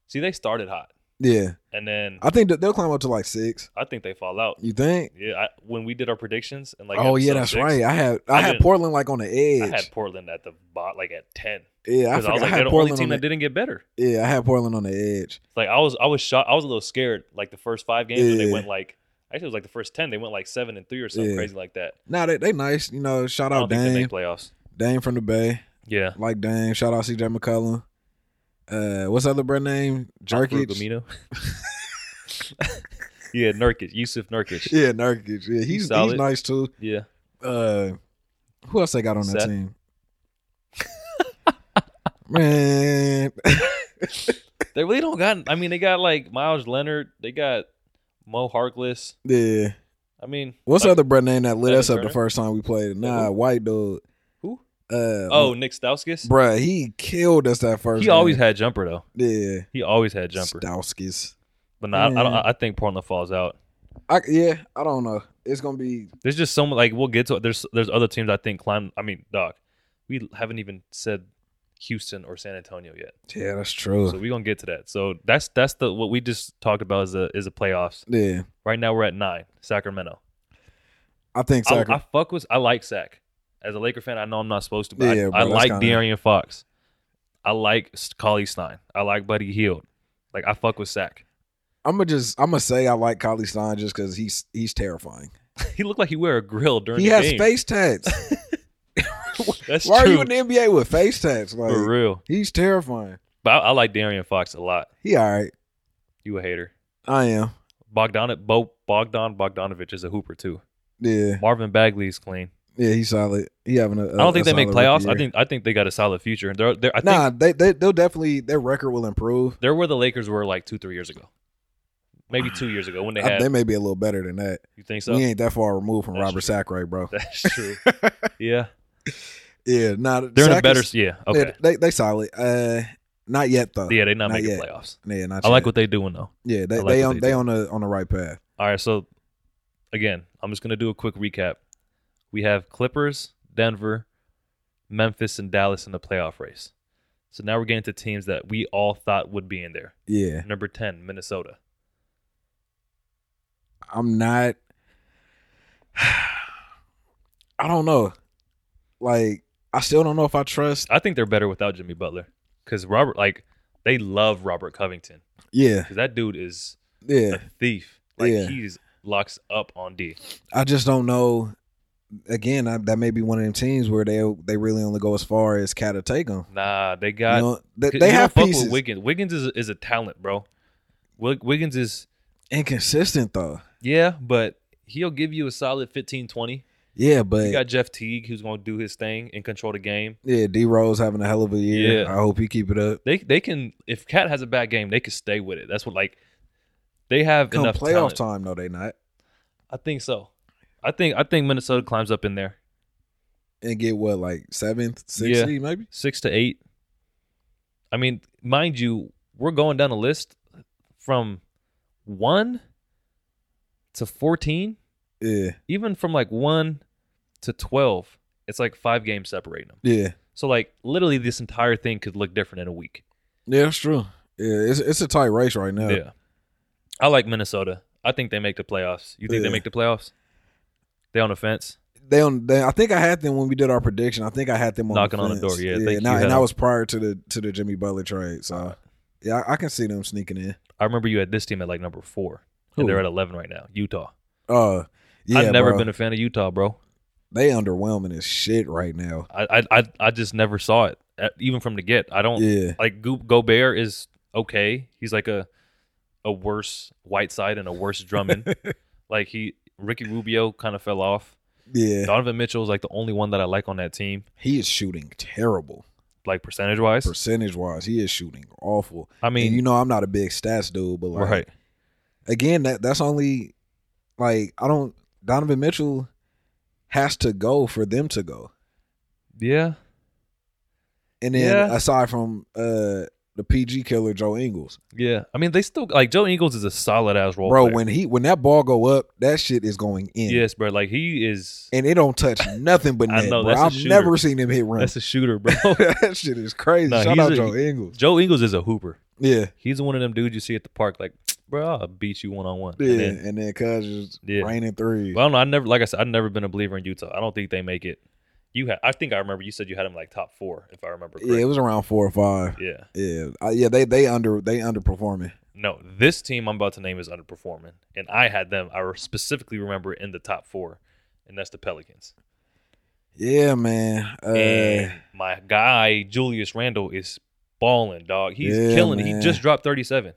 Speaker 1: See, they started hot,
Speaker 2: Yeah,
Speaker 1: and then I,
Speaker 2: I think that they'll climb up to like six.
Speaker 1: think they fall out.
Speaker 2: You think?
Speaker 1: Yeah, I, when we did our predictions and like,
Speaker 2: oh yeah,
Speaker 1: episode
Speaker 2: that's
Speaker 1: six,
Speaker 2: right. I had I,
Speaker 1: I
Speaker 2: had
Speaker 1: didn't-
Speaker 2: Portland like on the
Speaker 1: I
Speaker 2: edge.
Speaker 1: had Portland at the bot, like at ten.
Speaker 2: yeah,
Speaker 1: Because
Speaker 2: I,
Speaker 1: I, was
Speaker 2: forgot-
Speaker 1: like,
Speaker 2: I
Speaker 1: they're
Speaker 2: had
Speaker 1: the
Speaker 2: Portland
Speaker 1: only team
Speaker 2: on
Speaker 1: that
Speaker 2: the,
Speaker 1: didn't get better.
Speaker 2: yeah, I had Portland on the edge.
Speaker 1: Like I was, I was shocked. I was a little scared. Like the first five games, when they
Speaker 2: Yeah.
Speaker 1: went like actually it was like the first ten. They went like seven and three or something
Speaker 2: Yeah. Oh,
Speaker 1: crazy like that.
Speaker 2: Nah, they they nice. You know, shout
Speaker 1: I don't
Speaker 2: out
Speaker 1: think they
Speaker 2: Dame,
Speaker 1: make playoffs.
Speaker 2: Dame from the Bay.
Speaker 1: Yeah,
Speaker 2: like Dame. Shout out CJ McCollum. Uh, what's the other brand name?
Speaker 1: Afro
Speaker 2: Jerkic.
Speaker 1: Gomino. yeah, Nurkic, Yusuf Nurkic.
Speaker 2: Yeah, Nurkic. Yeah, he's he's
Speaker 1: solid.
Speaker 2: nice too.
Speaker 1: Yeah,
Speaker 2: Uh, who else they got on that
Speaker 1: Seth.
Speaker 2: team? Man,
Speaker 1: they really don't got. I mean, they got like Miles Leonard. They got Mo Harkless.
Speaker 2: yeah.
Speaker 1: I mean,
Speaker 2: What's the
Speaker 1: like-
Speaker 2: other brand name that lit
Speaker 1: Evan
Speaker 2: us up
Speaker 1: Turner?
Speaker 2: the first time we played? Nah,
Speaker 1: who?
Speaker 2: white dude.
Speaker 1: Who?
Speaker 2: Uh,
Speaker 1: Oh, Nick Stauskas.
Speaker 2: bruh, he killed us that first.
Speaker 1: He always
Speaker 2: game.
Speaker 1: had jumper though.
Speaker 2: yeah.
Speaker 1: He always had jumper.
Speaker 2: Stauskas.
Speaker 1: But nah, I, I, don't,
Speaker 2: Yeah.
Speaker 1: I think Portland falls out.
Speaker 2: I, yeah, I don't know. It's gonna be
Speaker 1: There's just so much. Like we'll get to. There's there's other teams I think climb. I mean, doc, we haven't even said Houston or San Antonio yet.
Speaker 2: yeah, that's true.
Speaker 1: So we're gonna get to that. So that's that's the what we just talked about is the is the playoffs.
Speaker 2: yeah,
Speaker 1: Right now we're at nine. Sacramento.
Speaker 2: I think
Speaker 1: I,
Speaker 2: Sacra-
Speaker 1: I fuck with. I like Sac. As a Laker fan, I know I'm not supposed to, but
Speaker 2: Yeah,
Speaker 1: I,
Speaker 2: bro,
Speaker 1: I
Speaker 2: that's
Speaker 1: like
Speaker 2: kinda-
Speaker 1: De'Aaron Fox. I like Collie Stein. I like Buddy Hield. Like I fuck with Sac.
Speaker 2: I'm gonna just I'm gonna say I like Kali Stein just because he's he's terrifying.
Speaker 1: He looked like he wear a grill during
Speaker 2: he
Speaker 1: the
Speaker 2: has
Speaker 1: game.
Speaker 2: face tats.
Speaker 1: That's
Speaker 2: Why are
Speaker 1: true.
Speaker 2: you in the NBA with face tats?
Speaker 1: For
Speaker 2: Like
Speaker 1: real.
Speaker 2: he's terrifying.
Speaker 1: But I, I like Darian Fox a lot.
Speaker 2: He all right.
Speaker 1: You a hater.
Speaker 2: I am.
Speaker 1: Bogdan Bo Bogdan Bogdanovich is a hooper too.
Speaker 2: Yeah,
Speaker 1: Marvin Bagley is clean.
Speaker 2: Yeah, he's solid. He having a.
Speaker 1: I don't think
Speaker 2: Uh,
Speaker 1: they
Speaker 2: a
Speaker 1: make
Speaker 2: solid rookie
Speaker 1: playoffs. I
Speaker 2: year.
Speaker 1: think I think they got a solid future. They're, they're I think
Speaker 2: Nah, they they they'll definitely their record will improve.
Speaker 1: they're where the Lakers were like two three years ago, maybe two years ago when they
Speaker 2: I-
Speaker 1: had.
Speaker 2: they may be a little better than that.
Speaker 1: you think so?
Speaker 2: we ain't that far removed from
Speaker 1: That's
Speaker 2: Robert
Speaker 1: true.
Speaker 2: Sacre, bro.
Speaker 1: That's true. yeah,
Speaker 2: Yeah, nah,
Speaker 1: they're in a
Speaker 2: Sac
Speaker 1: better.
Speaker 2: is-
Speaker 1: Yeah,
Speaker 2: yeah,
Speaker 1: okay.
Speaker 2: they they solid. Uh, not yet though.
Speaker 1: Yeah, they're not,
Speaker 2: not
Speaker 1: making
Speaker 2: yet.
Speaker 1: playoffs.
Speaker 2: yeah, not
Speaker 1: I like
Speaker 2: yet.
Speaker 1: what they're doing though.
Speaker 2: Yeah,
Speaker 1: I
Speaker 2: they
Speaker 1: like
Speaker 2: they
Speaker 1: what
Speaker 2: on
Speaker 1: they
Speaker 2: they
Speaker 1: do.
Speaker 2: on the on the right path.
Speaker 1: All right, so again, I'm just gonna do a quick recap. We have Clippers, Denver, Memphis, and Dallas in the playoff race. So now we're getting to teams that we all thought would be in there.
Speaker 2: Yeah,
Speaker 1: Number ten, Minnesota.
Speaker 2: I'm not. I don't know. Like, I still don't know if I trust.
Speaker 1: I think they're better without Jimmy Butler because Robert, like, they love Robert Covington
Speaker 2: Yeah,
Speaker 1: because that dude is
Speaker 2: yeah.
Speaker 1: a thief. Like
Speaker 2: Yeah.
Speaker 1: he's locks up on D.
Speaker 2: I just don't know. Again, I, that may be one of them teams where they they really only go as far as Cat or take them.
Speaker 1: Nah, they
Speaker 2: You
Speaker 1: got
Speaker 2: know, they,
Speaker 1: you
Speaker 2: they
Speaker 1: don't
Speaker 2: have
Speaker 1: fuck
Speaker 2: pieces.
Speaker 1: With Wiggins. Wiggins is is a talent, bro. Wig- Wiggins is
Speaker 2: Inconsistent though.
Speaker 1: yeah, but he'll give you a solid 15, 20.
Speaker 2: Yeah,
Speaker 1: You
Speaker 2: but
Speaker 1: got Jeff Teague who's going to do his thing and control the game.
Speaker 2: yeah, D Rose having a hell of a year.
Speaker 1: Yeah.
Speaker 2: I hope he keep it up.
Speaker 1: They they can if Cat has a bad game, they can stay with it. That's what like they have
Speaker 2: Come
Speaker 1: enough
Speaker 2: playoff
Speaker 1: talent.
Speaker 2: time, no, they not,
Speaker 1: I think so. I think I think Minnesota climbs up in there.
Speaker 2: and get what like seventh, sixth
Speaker 1: Yeah.
Speaker 2: seed maybe.
Speaker 1: 6 to 8. I mean, mind you, we're going down a list from 1 to 14.
Speaker 2: Yeah,
Speaker 1: even from like one to twelve, it's like five games separating them.
Speaker 2: yeah,
Speaker 1: So like literally, this entire thing could look different in a week.
Speaker 2: yeah. That's true. Yeah, it's it's a tight race right now.
Speaker 1: Yeah, I like Minnesota. I think they make the playoffs. You think
Speaker 2: Yeah.
Speaker 1: they make the playoffs? They on the fence.
Speaker 2: They on. They, I think I had them when we did our prediction. I think I had them on
Speaker 1: Knocking on the
Speaker 2: fence.
Speaker 1: door, yeah, I think
Speaker 2: yeah. And,
Speaker 1: you Uh,
Speaker 2: I,
Speaker 1: had
Speaker 2: and that
Speaker 1: them.
Speaker 2: was prior to the to the Jimmy Butler trade. So yeah, I, I can see them sneaking in.
Speaker 1: I remember you had this team at like number four,
Speaker 2: Who?
Speaker 1: and they're at eleven right now. Utah.
Speaker 2: Uh, yeah,
Speaker 1: I've never
Speaker 2: bro.
Speaker 1: been a fan of Utah, bro.
Speaker 2: They underwhelming as shit right now.
Speaker 1: I I I, I just never saw it, uh, even from the get. I don't
Speaker 2: Yeah,
Speaker 1: like Go- Gobert is okay. He's like a a worse Whiteside and a worse Drummond. like he Ricky Rubio kind of fell off.
Speaker 2: yeah.
Speaker 1: Donovan Mitchell is like the only one that I like on that team,
Speaker 2: He is shooting terrible
Speaker 1: like percentage wise.
Speaker 2: percentage wise. He is shooting awful.
Speaker 1: I
Speaker 2: I mean,
Speaker 1: mean,
Speaker 2: you know, I'm not a big stats dude, but like
Speaker 1: right?
Speaker 2: again, that that's only like I don't. Donovan Mitchell has to go for them to go.
Speaker 1: Yeah,
Speaker 2: And then
Speaker 1: Yeah.
Speaker 2: aside from uh the PG killer Joe Ingles,
Speaker 1: yeah. I mean, they still like Joe Ingles is a solid ass role
Speaker 2: bro,
Speaker 1: player.
Speaker 2: when he when that ball go up, that shit is going in.
Speaker 1: yes, bro, like he is.
Speaker 2: And it don't touch nothing but
Speaker 1: I
Speaker 2: net,
Speaker 1: know,
Speaker 2: bro.
Speaker 1: that's a
Speaker 2: I've
Speaker 1: shooter.
Speaker 2: never seen him hit runs.
Speaker 1: That's a shooter, bro.
Speaker 2: that shit is crazy.
Speaker 1: Nah,
Speaker 2: Shout
Speaker 1: he's
Speaker 2: out
Speaker 1: a-
Speaker 2: Joe Ingles.
Speaker 1: Joe Ingles is a hooper.
Speaker 2: Yeah,
Speaker 1: He's one of them dudes you see at the park, like, bro, I'll beat you one on one.
Speaker 2: yeah. And then Cuz is
Speaker 1: Yeah.
Speaker 2: raining three.
Speaker 1: Well, I don't know. I never, like I said, I've never been a believer in Utah. I don't think they make it. You had, I think I remember you said you had them like top four, if I remember
Speaker 2: yeah, it
Speaker 1: correctly.
Speaker 2: was around four or five.
Speaker 1: Yeah.
Speaker 2: Yeah, I, yeah. They they under they underperforming.
Speaker 1: No, this team I'm about to name is underperforming, and I had them. I specifically remember in the top four, and that's the Pelicans.
Speaker 2: Yeah, man. Uh,
Speaker 1: and my guy Julius Randle is balling, dog. He's
Speaker 2: Yeah,
Speaker 1: killing. it.
Speaker 2: man.
Speaker 1: He just dropped 37.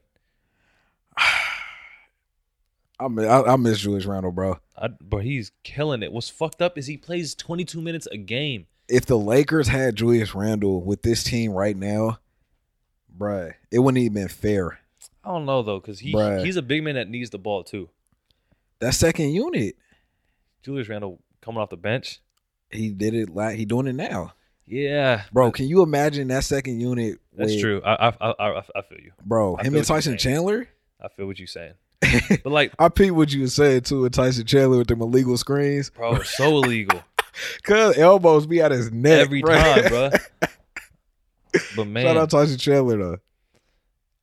Speaker 2: I, mi- I I miss Julius Randle, bro.
Speaker 1: I, but he's killing it. What's fucked up is he plays 22 minutes a game.
Speaker 2: If the Lakers had Julius Randle with this team right now, bruh, it wouldn't even been fair.
Speaker 1: I don't know though, because he
Speaker 2: Bruh.
Speaker 1: he's a big man that needs the ball too.
Speaker 2: That second unit,
Speaker 1: Julius Randle coming off the bench.
Speaker 2: he did it like he doing it now,
Speaker 1: Yeah,
Speaker 2: bro. Can you imagine that second unit?
Speaker 1: that's
Speaker 2: with-
Speaker 1: true. I I, I I I feel you.
Speaker 2: bro.
Speaker 1: I
Speaker 2: him
Speaker 1: feel what
Speaker 2: and
Speaker 1: you're saying.
Speaker 2: Tyson Chandler.
Speaker 1: I feel what you're saying. But like,
Speaker 2: I peep what you were saying too with Tyson Chandler with them illegal screens.
Speaker 1: bro, it's so illegal.
Speaker 2: Cause elbows be at his neck
Speaker 1: every
Speaker 2: bruh.
Speaker 1: time, bro. But
Speaker 2: Shout
Speaker 1: man,
Speaker 2: out Tyson Chandler though.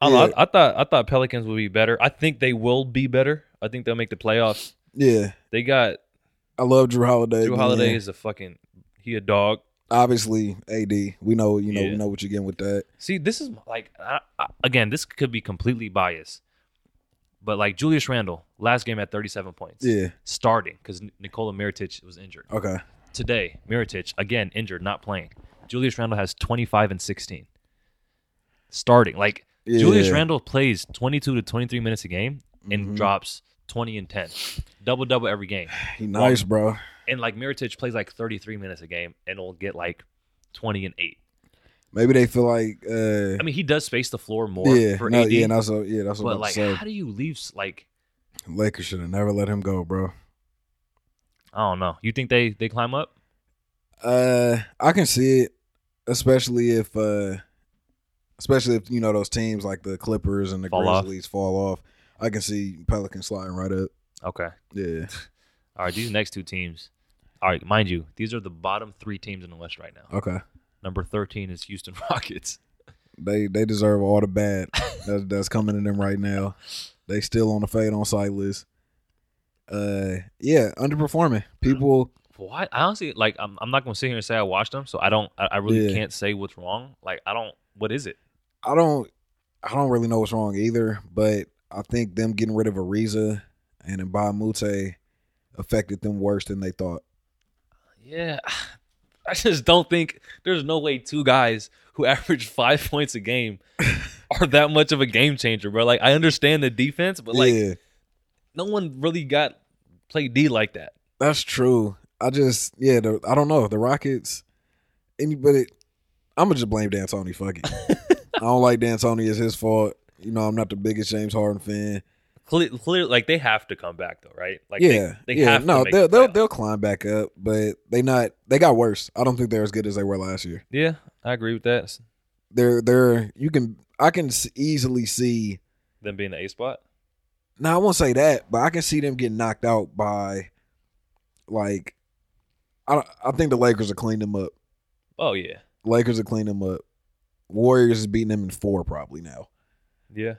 Speaker 1: I, don't know,
Speaker 2: yeah.
Speaker 1: I, I thought I thought Pelicans would be better. I think they will be better. I think they'll make the playoffs.
Speaker 2: Yeah,
Speaker 1: They got
Speaker 2: I love Drew Holiday.
Speaker 1: Drew
Speaker 2: man.
Speaker 1: Holiday is a fucking he a dog.
Speaker 2: obviously AD. We know, you know,
Speaker 1: Yeah.
Speaker 2: we know what you're getting with that.
Speaker 1: See, this is like I, I, again, this could be completely biased, but like Julius Randle last game at 37 points,
Speaker 2: Yeah.
Speaker 1: starting because Nikola Mirotic was injured.
Speaker 2: Okay.
Speaker 1: Today, Mirotic again injured, not playing. Julius Randle has 25 and 16, starting like.
Speaker 2: Yeah.
Speaker 1: Julius Randle plays 22 to 23 minutes a game and
Speaker 2: Mhm.
Speaker 1: drops 20 and 10. Double double every game.
Speaker 2: He nice, bro.
Speaker 1: And like Miritich plays like 33 minutes a game and will get like 20 and 8.
Speaker 2: Maybe they feel like uh
Speaker 1: I mean, he does space the floor more
Speaker 2: yeah,
Speaker 1: for
Speaker 2: no,
Speaker 1: AD.
Speaker 2: yeah, and also yeah, that's what
Speaker 1: but
Speaker 2: I'm
Speaker 1: like,
Speaker 2: saying.
Speaker 1: how do you leave? s- Like,
Speaker 2: Lakers should have never let him go, bro.
Speaker 1: I don't know. You think they they climb up?
Speaker 2: Uh, I can see it, especially if, uh, especially if you know those teams like the Clippers and the
Speaker 1: Fall off.
Speaker 2: Grizzlies fall off. I can see Pelicans sliding right up.
Speaker 1: Okay.
Speaker 2: Yeah,
Speaker 1: All right. These next two teams. All right, mind you, these are the bottom three teams in the West right now.
Speaker 2: okay.
Speaker 1: Number 13 is Houston Rockets.
Speaker 2: They they deserve all the bad that, that's coming to them right now. They still on the fade on sight list. Uh, yeah, underperforming
Speaker 1: Hmm.
Speaker 2: people.
Speaker 1: Why? I honestly like. I'm, I'm not gonna sit here and say I watched them, so I don't. I, I really
Speaker 2: Yeah.
Speaker 1: can't say what's wrong. Like, I don't. What is it?
Speaker 2: I don't I don't really know what's wrong either, but I think them getting rid of Ariza and Mbamute affected them worse than they thought.
Speaker 1: Yeah. I just don't think there's no way two guys who average five points a game are that much of a game changer, bro. Like I understand the defense, but like
Speaker 2: yeah,
Speaker 1: no one really got play D like that.
Speaker 2: that's true. I just yeah, the, I don't know the Rockets. Anybody, I'm gonna just blame D'Antoni. Fuck it. I don't like D'Antoni. It's his fault. You know, I'm not the biggest James Harden fan.
Speaker 1: Clear, clear, like they have to come back though, right? Like
Speaker 2: yeah,
Speaker 1: they, they
Speaker 2: yeah.
Speaker 1: have
Speaker 2: no,
Speaker 1: to make
Speaker 2: they'll
Speaker 1: the
Speaker 2: they'll,
Speaker 1: playoffs.
Speaker 2: they'll climb back up, but they not. They got worse. I don't think they're as good as they were last year.
Speaker 1: Yeah, I agree with that.
Speaker 2: They're they're you can I can s- easily see
Speaker 1: Them being the A spot.
Speaker 2: No, I won't say that, but I can see them getting knocked out by, like, I I think the Lakers will clean them up.
Speaker 1: Oh yeah.
Speaker 2: Lakers will clean them up. Warriors is beating them in four probably now.
Speaker 1: Yeah.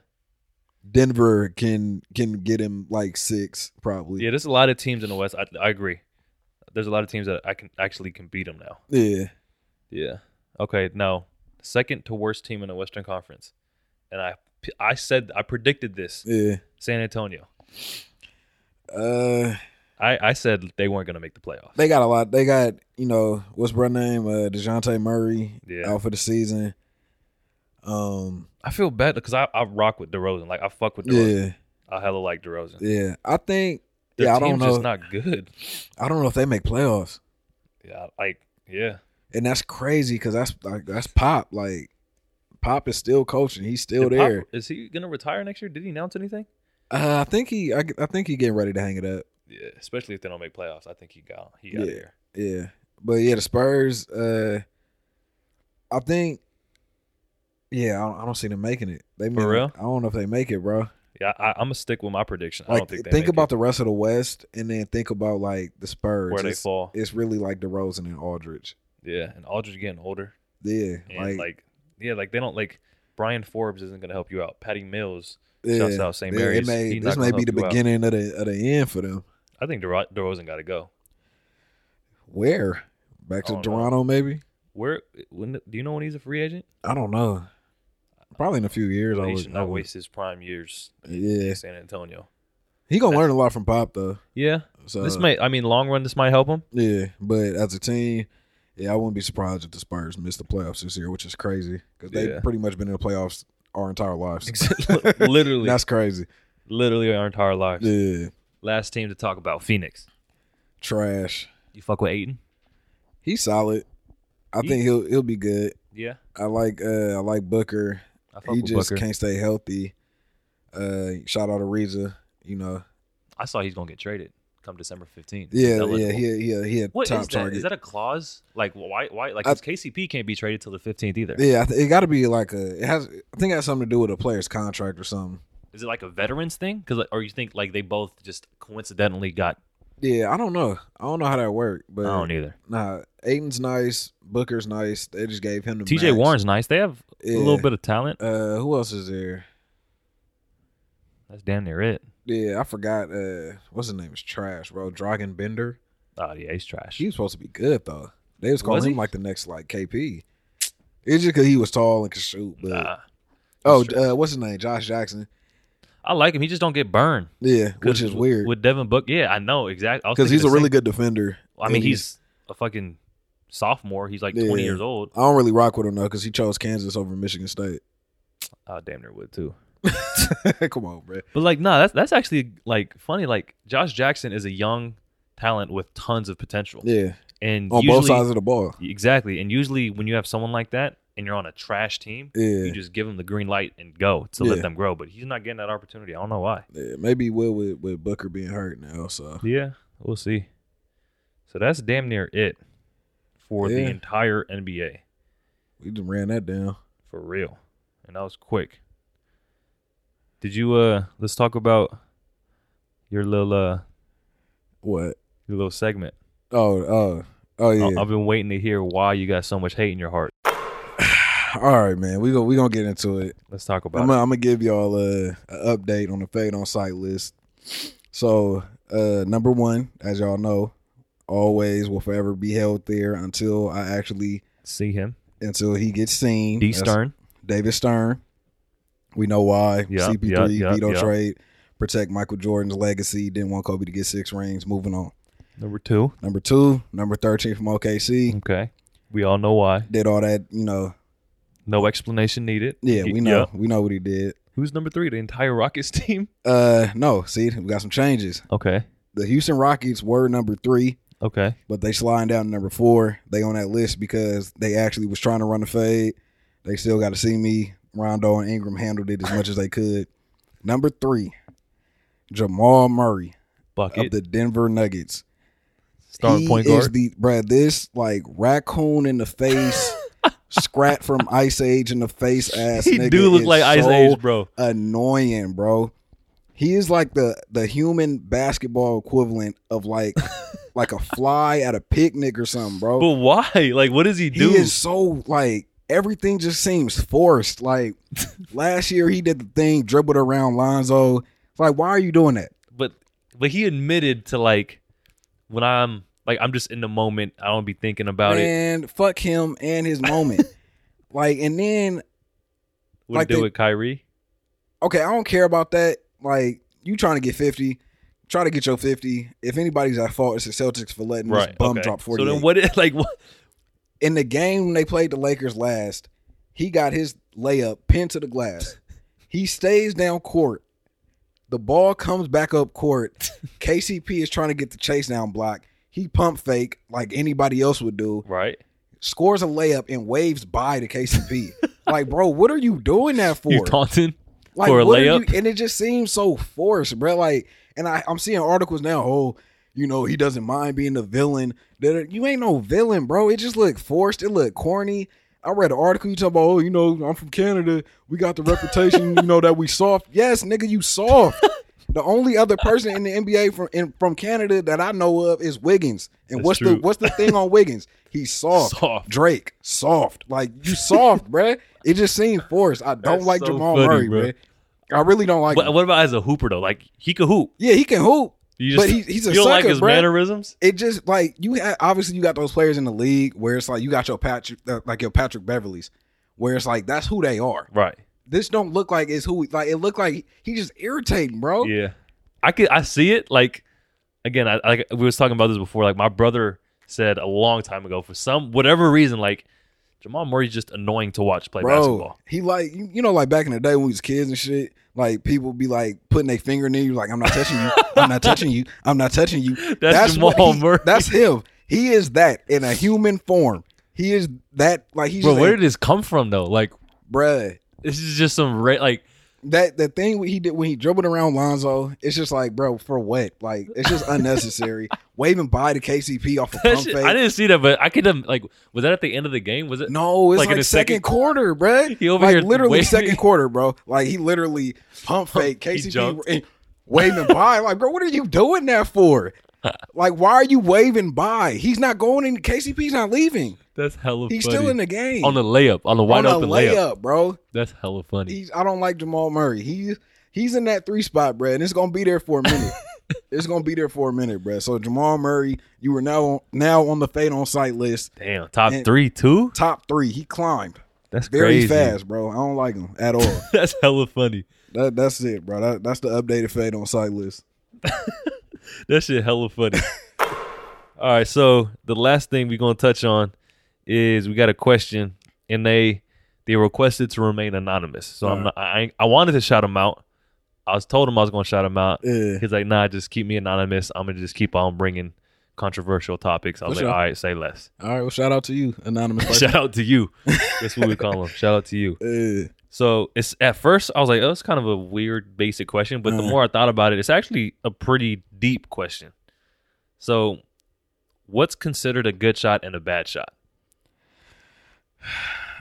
Speaker 2: Denver can can get him like six probably.
Speaker 1: Yeah, there's a lot of teams in the West. I, I agree. There's a lot of teams that I can actually can beat them now.
Speaker 2: yeah.
Speaker 1: Yeah. Okay. No. Second to worst team in the Western Conference, and I I said I predicted this.
Speaker 2: yeah.
Speaker 1: San Antonio.
Speaker 2: Uh,
Speaker 1: I I said they weren't going to make the playoffs.
Speaker 2: they got a lot. They got you know what's bro name uh, Dejounte Murray
Speaker 1: Yeah.
Speaker 2: out for the season. Um,
Speaker 1: I feel bad because I, I rock with DeRozan. Like I fuck with DeRozan.
Speaker 2: yeah,
Speaker 1: I hella like DeRozan.
Speaker 2: yeah. I think
Speaker 1: Their
Speaker 2: yeah. I don't
Speaker 1: team's
Speaker 2: know.
Speaker 1: just not good.
Speaker 2: I don't know if they make playoffs.
Speaker 1: Yeah. Like yeah.
Speaker 2: and that's crazy because that's like that's Pop. Like Pop is still coaching. He's still
Speaker 1: Did Pop-
Speaker 2: there.
Speaker 1: is he going to retire next year? Did he announce anything?
Speaker 2: Uh, I think he. I, I think he getting ready to hang it up.
Speaker 1: Yeah. Especially if they don't make playoffs, I think he got he got
Speaker 2: Yeah.
Speaker 1: here.
Speaker 2: Yeah, but yeah, the Spurs. Uh, I think. Yeah, I don't, I don't see them making it. They may-
Speaker 1: real?
Speaker 2: I don't know if they make it, bro.
Speaker 1: Yeah. I, I'm gonna stick with my prediction. I
Speaker 2: Like,
Speaker 1: don't think
Speaker 2: think,
Speaker 1: they make
Speaker 2: about
Speaker 1: it.
Speaker 2: the rest of the West, and then think about like the Spurs.
Speaker 1: where they
Speaker 2: it's,
Speaker 1: fall.
Speaker 2: it's really like DeRozan and Aldridge.
Speaker 1: Yeah, and Aldridge getting older.
Speaker 2: Yeah,
Speaker 1: and like, yeah, like they don't like Brian Forbes isn't gonna help you out. Patty Mills,
Speaker 2: yeah,
Speaker 1: shouts out St.
Speaker 2: yeah,
Speaker 1: Mary's.
Speaker 2: It may,
Speaker 1: He
Speaker 2: this
Speaker 1: not
Speaker 2: may
Speaker 1: gonna
Speaker 2: be
Speaker 1: help
Speaker 2: the
Speaker 1: you out.
Speaker 2: beginning of the of the end for them.
Speaker 1: I think DeRo- DeRozan got to go.
Speaker 2: Where? Back to
Speaker 1: I don't know.
Speaker 2: Toronto, maybe?
Speaker 1: Where? When? Do you know when he's a free agent?
Speaker 2: I don't know. Probably in a few years. I
Speaker 1: he
Speaker 2: would,
Speaker 1: should
Speaker 2: I
Speaker 1: not
Speaker 2: would-
Speaker 1: waste his prime years
Speaker 2: Yeah,
Speaker 1: in San Antonio.
Speaker 2: he gonna learn a lot from Pop though.
Speaker 1: Yeah,
Speaker 2: So
Speaker 1: this may. I mean, long run, this might help him.
Speaker 2: yeah, but as a team, yeah, I wouldn't be surprised if the Spurs miss the playoffs this year, which is crazy because they've
Speaker 1: Yeah.
Speaker 2: pretty much been in the playoffs our entire lives.
Speaker 1: literally,
Speaker 2: That's crazy.
Speaker 1: literally our entire lives.
Speaker 2: Yeah,
Speaker 1: Last team to talk about Phoenix.
Speaker 2: trash.
Speaker 1: You fuck with Aiden?
Speaker 2: He's solid. I
Speaker 1: He-
Speaker 2: think he'll he'll be good.
Speaker 1: Yeah,
Speaker 2: I like uh I like Booker.
Speaker 1: I fuck
Speaker 2: he
Speaker 1: with
Speaker 2: just
Speaker 1: Booker.
Speaker 2: can't stay healthy. Uh, shout out to Reza. You know,
Speaker 1: I saw he's gonna get traded come December fifteenth.
Speaker 2: yeah, yeah, he he he a
Speaker 1: What is
Speaker 2: top
Speaker 1: that?
Speaker 2: target.
Speaker 1: Is that a clause? Like why? Why? Like
Speaker 2: I-
Speaker 1: 'cause KCP can't be traded till the fifteenth either.
Speaker 2: Yeah, I th- it got to be like a. It has. I think it has something to do with a player's contract or something.
Speaker 1: Is it like a veterans thing? Cause like, or you think like they both just coincidentally got?
Speaker 2: Yeah, I don't know. I don't know how that worked, but
Speaker 1: I don't e-, either.
Speaker 2: nah. Aiden's nice. Booker's nice. They just gave him the
Speaker 1: T.J.
Speaker 2: max.
Speaker 1: Warren's nice. They have a
Speaker 2: Yeah.
Speaker 1: little bit of talent.
Speaker 2: Uh, who else is there?
Speaker 1: That's damn near it.
Speaker 2: Yeah, I forgot. Uh, what's his name? Is trash, bro. Dragon Bender.
Speaker 1: Oh yeah, he's trash.
Speaker 2: He was supposed to be good though. They was calling
Speaker 1: Was
Speaker 2: him
Speaker 1: he?
Speaker 2: like the next like KP. It's just because he was tall and could shoot. But
Speaker 1: Nah.
Speaker 2: oh,
Speaker 1: He's trash.
Speaker 2: uh, what's his name? Josh Jackson.
Speaker 1: I like him. He just don't get burned.
Speaker 2: Yeah,
Speaker 1: 'Cause
Speaker 2: which is
Speaker 1: w-
Speaker 2: weird
Speaker 1: With Devin Book, yeah, I know exactly.
Speaker 2: because he's a really good defender.
Speaker 1: I mean,
Speaker 2: and
Speaker 1: he's a fucking sophomore. He's like twenty
Speaker 2: Yeah.
Speaker 1: years old.
Speaker 2: I don't really rock with him though because he chose Kansas over Michigan State.
Speaker 1: I Oh, damn near would too.
Speaker 2: Come on, bro.
Speaker 1: But like, nah, that's that's actually like funny. Like Josh Jackson is a young talent with tons of potential.
Speaker 2: Yeah.
Speaker 1: And
Speaker 2: On both
Speaker 1: usually-
Speaker 2: sides of the ball.
Speaker 1: Exactly. And usually when you have someone like that and you're on a trash team,
Speaker 2: Yeah.
Speaker 1: you just give them the green light and go to
Speaker 2: Yeah.
Speaker 1: let them grow. But he's not getting that opportunity. I don't know why.
Speaker 2: yeah. Maybe Will with, with Booker being hurt now. So
Speaker 1: Yeah, we'll see. So that's damn near it for the
Speaker 2: Yeah.
Speaker 1: entire NBA
Speaker 2: we just ran that down.
Speaker 1: for real. And that was quick. Did you uh let's talk about your little uh
Speaker 2: What?
Speaker 1: your little segment.
Speaker 2: Oh, oh, oh
Speaker 1: I-
Speaker 2: yeah.
Speaker 1: I've been waiting to hear why you got so much hate in your heart.
Speaker 2: All right, man. We go. We gonna get into it.
Speaker 1: Let's talk about
Speaker 2: I'm
Speaker 1: it.
Speaker 2: gonna, I'm gonna give y'all a, a update on the fade on site list. So, uh, number one, as y'all know, always will forever be held there until I actually
Speaker 1: See him.
Speaker 2: until he gets seen.
Speaker 1: D
Speaker 2: That's
Speaker 1: Stern.
Speaker 2: David Stern. We know why.
Speaker 1: Yeah,
Speaker 2: CP3
Speaker 1: yeah, yeah,
Speaker 2: veto
Speaker 1: yeah.
Speaker 2: trade. Protect Michael Jordan's legacy. Didn't want Kobe to get six rings. Moving on.
Speaker 1: Number two.
Speaker 2: Number two, number thirteen from OKC.
Speaker 1: Okay. We all know why.
Speaker 2: Did all that, you know.
Speaker 1: No explanation needed.
Speaker 2: Yeah,
Speaker 1: Y-
Speaker 2: we know.
Speaker 1: yeah.
Speaker 2: We know what he did.
Speaker 1: Who's number three? The entire Rockets team?
Speaker 2: Uh, no. See, we got some changes.
Speaker 1: Okay.
Speaker 2: The Houston Rockets were number three,
Speaker 1: Okay.
Speaker 2: but they sliding down to number four. They on that list because they actually was trying to run the fade. They still got to see me. Rondo and Ingram handled it as much as they could. Number three, Jamal Murray of
Speaker 1: Bucket.
Speaker 2: the Denver Nuggets.
Speaker 1: Starting
Speaker 2: he
Speaker 1: point
Speaker 2: is
Speaker 1: guard.
Speaker 2: the bruh, this like raccoon in the face, scrat from Ice Age in the face ass.
Speaker 1: he
Speaker 2: nigga
Speaker 1: do look
Speaker 2: is
Speaker 1: like Ice
Speaker 2: so
Speaker 1: Age, bro.
Speaker 2: Annoying, bro. He is like the the human basketball equivalent of like like a fly at a picnic or something, bro.
Speaker 1: But why? Like, what does he do?
Speaker 2: He is so like everything just seems forced. Like last year he did the thing, dribbled around Lonzo. It's like, why are you doing that?
Speaker 1: but but he admitted to like when I'm like I'm just in the moment. I don't be thinking about it.
Speaker 2: and fuck him and his moment. like and then
Speaker 1: What
Speaker 2: like
Speaker 1: to do
Speaker 2: they-
Speaker 1: with Kyrie?
Speaker 2: okay, I don't care about that. Like you trying to get fifty, try to get your fifty. If anybody's at fault, it's the Celtics for letting this
Speaker 1: Right.
Speaker 2: bum
Speaker 1: okay.
Speaker 2: drop forty.
Speaker 1: so then what? Is, like what?
Speaker 2: in the game when they played the Lakers last, he got his layup pinned to the glass. he stays down court. The ball comes back up court. KCP is trying to get the chase down block. He pump fake like anybody else would do.
Speaker 1: Right.
Speaker 2: Scores a layup and waves by to KCP. like, bro, what are you doing that for?
Speaker 1: You taunting?
Speaker 2: like
Speaker 1: for a
Speaker 2: what are
Speaker 1: layup?
Speaker 2: you- and it just seems so forced, bro. Like, and I, I'm seeing articles now. Oh, you know, he doesn't mind being the villain. That- You ain't no villain, bro. It just looked forced. It looked corny. I read an article. You talk about, oh, you know, I'm from Canada. We got the reputation, you know, that we soft. Yes, nigga, you soft. The only other person in the NBA from in, from Canada that I know of is Wiggins. And
Speaker 1: That's
Speaker 2: what's
Speaker 1: true.
Speaker 2: the what's the thing on Wiggins? He's soft.
Speaker 1: Soft.
Speaker 2: Drake, soft. Like you soft, bruh. It just seemed forced. I don't
Speaker 1: That's
Speaker 2: like
Speaker 1: so
Speaker 2: Jamal
Speaker 1: funny,
Speaker 2: Murray,
Speaker 1: bro.
Speaker 2: bruh. I really don't like
Speaker 1: But
Speaker 2: him.
Speaker 1: what about as a hooper though? Like he could hoop.
Speaker 2: Yeah, he can hoop.
Speaker 1: You
Speaker 2: But he- he's a
Speaker 1: you don't like
Speaker 2: sucker,
Speaker 1: his
Speaker 2: bruh.
Speaker 1: mannerisms.
Speaker 2: It just like you ha obviously you got those players in the league where it's like you got your Patrick uh, like your Patrick Beverleys, where it's like that's who they are.
Speaker 1: Right.
Speaker 2: This don't look like it's who like it looked like he, he just irritating, bro.
Speaker 1: Yeah, I could. I see it. Like again, I like we was talking about this before. Like my brother said a long time ago, for some whatever reason, like Jamal Murray's just annoying to watch play
Speaker 2: bro.
Speaker 1: basketball.
Speaker 2: He like you, you know like back in the day when we was kids and shit. Like people be like putting their finger in you, like I'm not touching you, I'm not touching you, I'm not touching you. That's, what
Speaker 1: Jamal
Speaker 2: he-
Speaker 1: Murray.
Speaker 2: That's him. He is that in a human form. He is that like he's
Speaker 1: Bro,
Speaker 2: just
Speaker 1: where
Speaker 2: a,
Speaker 1: did this come from though? Like
Speaker 2: bruh.
Speaker 1: this is just some ra- like
Speaker 2: That the thing he did when he dribbled around Lonzo, it's just like, bro, for what? Like it's just unnecessary. Waving by to KCP off a
Speaker 1: that
Speaker 2: pump
Speaker 1: shit-
Speaker 2: fake.
Speaker 1: I didn't see that, but I could have like was that at the end of the game? Was it?
Speaker 2: No, it's
Speaker 1: Like
Speaker 2: like,
Speaker 1: in the
Speaker 2: second,
Speaker 1: second-
Speaker 2: quarter, bro.
Speaker 1: He over
Speaker 2: like
Speaker 1: here
Speaker 2: literally
Speaker 1: waving.
Speaker 2: second quarter, bro. Like he literally pump fake
Speaker 1: He
Speaker 2: KCP
Speaker 1: jumped.
Speaker 2: and waving by. Like, bro, what are you doing that for? Like, why are you waving by? He's not going in. KCP's not leaving.
Speaker 1: That's hella.
Speaker 2: He's
Speaker 1: funny.
Speaker 2: still in the game
Speaker 1: on the layup on the
Speaker 2: On
Speaker 1: wide
Speaker 2: a
Speaker 1: open layup.
Speaker 2: bro.
Speaker 1: That's hella funny.
Speaker 2: He's, I don't like Jamal Murray. He he's in that three spot, bro, and it's gonna be there for a minute. it's gonna be there for a minute, bro. So Jamal Murray, you are now on, now on the fade on site list,
Speaker 1: Damn, top
Speaker 2: and-
Speaker 1: three too.
Speaker 2: top three. He climbed
Speaker 1: That's
Speaker 2: very
Speaker 1: crazy.
Speaker 2: fast, bro. I don't like him at all.
Speaker 1: That's hella funny.
Speaker 2: That, that's it, bro. That, that's the updated fade on site list.
Speaker 1: That shit hella funny. All right, so the last thing we're gonna touch on is we got a question, and they they requested to remain anonymous. So I'm
Speaker 2: All
Speaker 1: not, I ain't- I wanted to shout them out. I was told him I was gonna shout them out.
Speaker 2: Yeah,
Speaker 1: He's like, nah, just keep me anonymous. I'm gonna just keep on bringing controversial topics. I was
Speaker 2: For
Speaker 1: like,
Speaker 2: sure.
Speaker 1: all right, say less.
Speaker 2: All right. Well, shout out to you, anonymous person.
Speaker 1: Shout out to you. That's what we call them. Shout out to you.
Speaker 2: Uh,
Speaker 1: So it's at first I was like, oh, it's kind of a weird basic question, but the
Speaker 2: Uh-huh.
Speaker 1: more I thought about it, it's actually a pretty deep question. So, what's considered a good shot and a bad shot?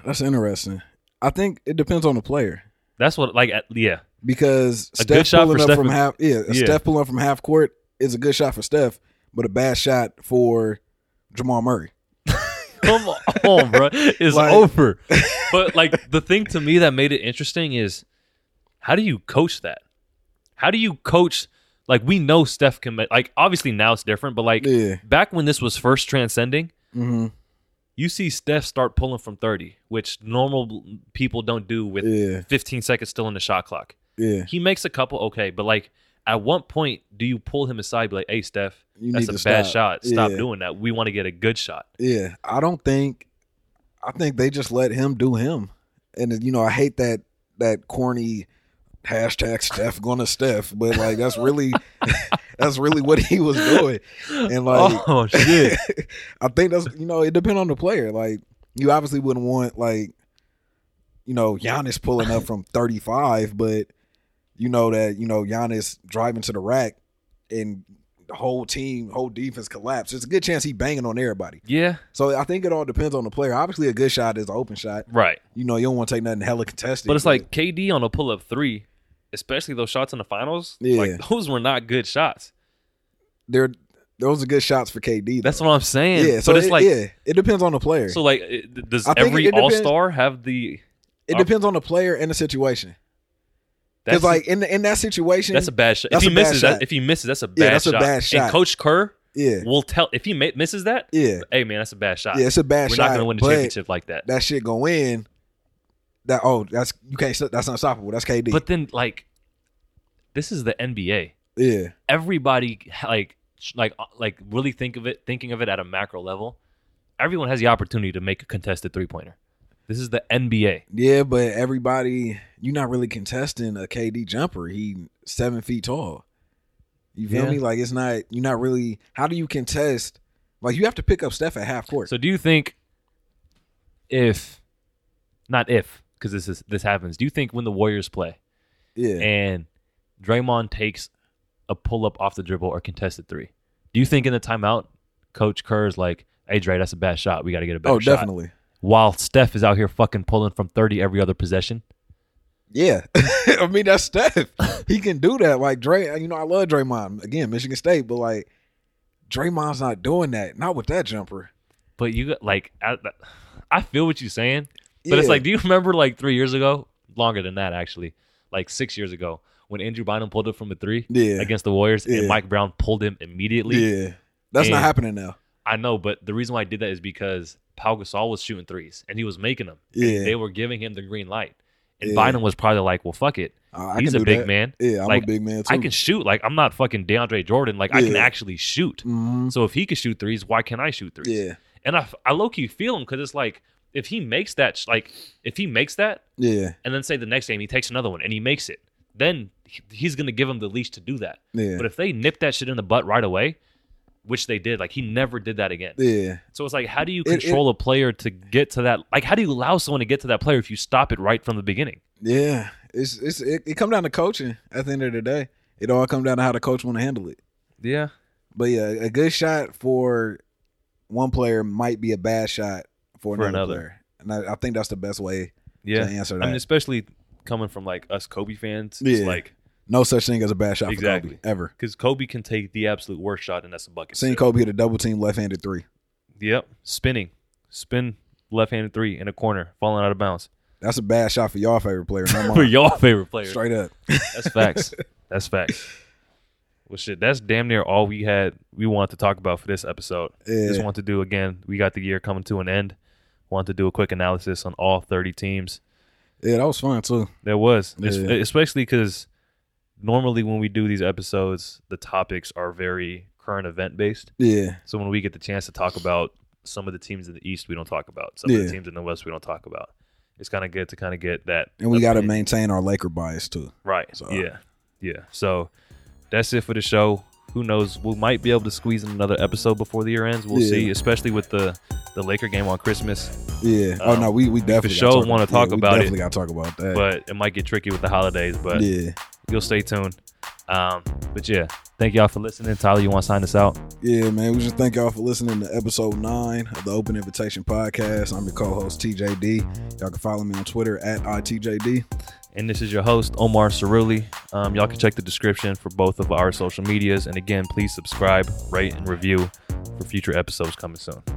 Speaker 2: that's interesting. I think it depends on the player
Speaker 1: That's what like at, yeah.
Speaker 2: because
Speaker 1: A good
Speaker 2: Steph
Speaker 1: shot
Speaker 2: pulling
Speaker 1: for
Speaker 2: up
Speaker 1: Steph
Speaker 2: from
Speaker 1: is-
Speaker 2: half, yeah, a
Speaker 1: yeah.
Speaker 2: Steph pulling up from half court is a good shot for Steph, but a bad shot for Jamal Murray.
Speaker 1: Come on, bro. It's
Speaker 2: Like-
Speaker 1: over. But like the thing to me that made it interesting is how do you coach that? How do you coach like we know Steph can make like obviously now it's different, but like
Speaker 2: Yeah.
Speaker 1: back when this was first transcending,
Speaker 2: hmm
Speaker 1: you see Steph start pulling from 30, which normal people don't do with
Speaker 2: Yeah.
Speaker 1: 15 seconds still in the shot clock.
Speaker 2: Yeah.
Speaker 1: He makes a couple okay, but like at what point do you pull him aside be like, "Hey Steph,
Speaker 2: You
Speaker 1: that's
Speaker 2: need
Speaker 1: a
Speaker 2: to
Speaker 1: bad
Speaker 2: stop.
Speaker 1: shot. Stop
Speaker 2: Yeah.
Speaker 1: doing that. We want to get a good shot."
Speaker 2: Yeah, I don't think. I think they just let him do him, and you know I hate that that corny hashtag Steph gonna Steph, but like that's really that's really what he was doing, and like
Speaker 1: oh shit.
Speaker 2: I think that's you know it depends on the player. Like you obviously wouldn't want like you know Giannis pulling up from thirty five, but you know that you know Giannis driving to the rack and the whole team, whole defense collapse. It's a good chance he banging on everybody.
Speaker 1: yeah.
Speaker 2: So I think it all depends on the player. Obviously, a good shot is an open shot.
Speaker 1: Right.
Speaker 2: You know, you don't want to take nothing hella contested.
Speaker 1: But it's like KD on a pull up three, especially those shots in the finals.
Speaker 2: Yeah.
Speaker 1: Like those were not good shots.
Speaker 2: there, those are good shots for KD.
Speaker 1: That's
Speaker 2: though.
Speaker 1: what I'm saying.
Speaker 2: yeah. So
Speaker 1: but it's
Speaker 2: it,
Speaker 1: like
Speaker 2: yeah, it depends on the player.
Speaker 1: so like it- does
Speaker 2: I think
Speaker 1: every
Speaker 2: it
Speaker 1: all
Speaker 2: depends-
Speaker 1: star have the
Speaker 2: it depends on the player and the situation.
Speaker 1: uh, that's
Speaker 2: Because like in the, in that situation,
Speaker 1: that's a bad shot. If
Speaker 2: that's
Speaker 1: he
Speaker 2: a bad
Speaker 1: misses that,
Speaker 2: shot.
Speaker 1: if he misses, that's a bad
Speaker 2: Yeah, that's a
Speaker 1: shot.
Speaker 2: bad
Speaker 1: And
Speaker 2: shot.
Speaker 1: Coach Kerr
Speaker 2: yeah,
Speaker 1: will tell if he ma- misses that.
Speaker 2: yeah,
Speaker 1: Hey man, that's a bad shot.
Speaker 2: yeah, it's a bad
Speaker 1: We're
Speaker 2: shot.
Speaker 1: not gonna win the
Speaker 2: but
Speaker 1: championship like that.
Speaker 2: That shit go in. That oh, that's you can't. stop- That's unstoppable. That's KD.
Speaker 1: But then like, this is the NBA.
Speaker 2: yeah,
Speaker 1: everybody like like uh, like really think of it thinking of it at a macro level everyone has the opportunity to make a contested three pointer this is the nba
Speaker 2: yeah, but everybody, you're not really contesting a KD jumper. He seven feet tall. You feel
Speaker 1: Yeah.
Speaker 2: me? Like it's not. You're not really. How do you contest? Like you have to pick up Steph at half court.
Speaker 1: so do you think if not if because this is this happens do you think when the warriors play
Speaker 2: yeah.
Speaker 1: and draymond takes a pull up off the dribble or contested three do you think in the timeout coach kerr is like hey Dre, that's a bad shot we got to get a better
Speaker 2: oh,
Speaker 1: shot
Speaker 2: definitely.
Speaker 1: while steph is out here fucking pulling from 30 every other possession
Speaker 2: Yeah. I mean, that's Steph. He can do that. Like Dray, you know, I love Draymond. Again, Michigan State, but like Draymond's not doing that. Not with that jumper.
Speaker 1: But you got like, I, I feel what you're saying, but it's
Speaker 2: Yeah.
Speaker 1: like, do you remember like three years ago, longer than that actually, like six years ago, when Andrew Bynum pulled up from a three
Speaker 2: Yeah.
Speaker 1: against the Warriors
Speaker 2: Yeah.
Speaker 1: and Mike Brown pulled him immediately?
Speaker 2: Yeah. That's not
Speaker 1: And-
Speaker 2: happening now.
Speaker 1: I know, but the reason why I did that is because Pau Gasol was shooting threes and he was making them. and
Speaker 2: Yeah.
Speaker 1: they were giving him the green light, and
Speaker 2: Yeah.
Speaker 1: Bynum was probably like, "Well, fuck it,
Speaker 2: Uh, I
Speaker 1: he's
Speaker 2: can
Speaker 1: a
Speaker 2: do
Speaker 1: big
Speaker 2: that.
Speaker 1: man.
Speaker 2: Yeah, I'm
Speaker 1: Like,
Speaker 2: a big man too.
Speaker 1: I can shoot. Like I'm not fucking DeAndre Jordan. Like I can
Speaker 2: Yeah.
Speaker 1: actually shoot.
Speaker 2: Mhm.
Speaker 1: So if he can shoot threes, why can't I shoot threes?
Speaker 2: Yeah.
Speaker 1: and I, I low key feel him because it's like if he makes that, sh- like if he makes that,
Speaker 2: Yeah.
Speaker 1: and then say the next game he takes another one and he makes it, then he- he's gonna give him the leash to do that.
Speaker 2: Yeah.
Speaker 1: But if they nip that shit in the butt right away, which they did, like he never did that again.
Speaker 2: yeah.
Speaker 1: So it's like, how do you
Speaker 2: It- it-
Speaker 1: control a player to get to that? Like, how do you allow someone to get to that player if you stop it right from the beginning?
Speaker 2: Yeah. It's it's it, it come down to coaching at the end of the day. It all comes down to how the coach wanna handle it.
Speaker 1: Yeah,
Speaker 2: But yeah, a good shot for one player might be a bad shot for,
Speaker 1: For
Speaker 2: another,
Speaker 1: another.
Speaker 2: player. And I, I think that's the best way to answer that.
Speaker 1: I mean, especially coming from like us Kobe fans,
Speaker 2: it's Yeah.
Speaker 1: it's
Speaker 2: like,
Speaker 1: like
Speaker 2: no such thing as a bad shot
Speaker 1: Exactly.
Speaker 2: for Kobe ever.
Speaker 1: because Kobe can take the absolute worst shot and that's a bucket.
Speaker 2: Seen Kobe hit a double team left handed three.
Speaker 1: Yep. Spinning. Spin left handed three in a corner, falling out of bounds.
Speaker 2: That's a bad shot for y'all favorite player. not
Speaker 1: For
Speaker 2: mine.
Speaker 1: y'all favorite player.
Speaker 2: Straight up.
Speaker 1: That's facts. that's facts. Well shit, that's damn near all we had we wanted to talk about for this episode. Just
Speaker 2: Yeah.
Speaker 1: want to do again, we got the year coming to an end. Want to do a quick analysis on all thirty teams.
Speaker 2: yeah, that was fun too.
Speaker 1: There was. Es-
Speaker 2: Yeah.
Speaker 1: Especially because normally when we do these episodes, the topics are very current event based.
Speaker 2: Yeah.
Speaker 1: So when we get the chance to talk about some of the teams in the East, we don't talk about. Some of
Speaker 2: Yeah.
Speaker 1: the teams in the West, we don't talk about. It's kind of good to kind of get that.
Speaker 2: And we got to
Speaker 1: opinion.
Speaker 2: maintain our Laker bias too.
Speaker 1: right.
Speaker 2: so-
Speaker 1: Yeah, yeah. So that's it for the show. who knows? We might be able to squeeze in another episode before the year ends. We'll
Speaker 2: Yeah.
Speaker 1: see, especially with the the Laker game on Christmas.
Speaker 2: Yeah. oh
Speaker 1: Um,
Speaker 2: no, we we definitely
Speaker 1: sure
Speaker 2: gotta
Speaker 1: wanna
Speaker 2: yeah,
Speaker 1: talk
Speaker 2: we
Speaker 1: about it,
Speaker 2: Definitely got to talk about that.
Speaker 1: But it might get tricky with the holidays. But
Speaker 2: yeah,
Speaker 1: you'll stay tuned. Um, but yeah, thank y'all for listening. Tyler, you want to sign us out?
Speaker 2: yeah, man. We just thank y'all for listening to episode nine of the Open Invitation Podcast. I'm your co-host TJD. Y'all can follow me on Twitter at itjd.
Speaker 1: And this is your host, Omar Cerulli. Um, y'all can check the description for both of our social medias. And again, please subscribe, rate, and review for future episodes coming soon.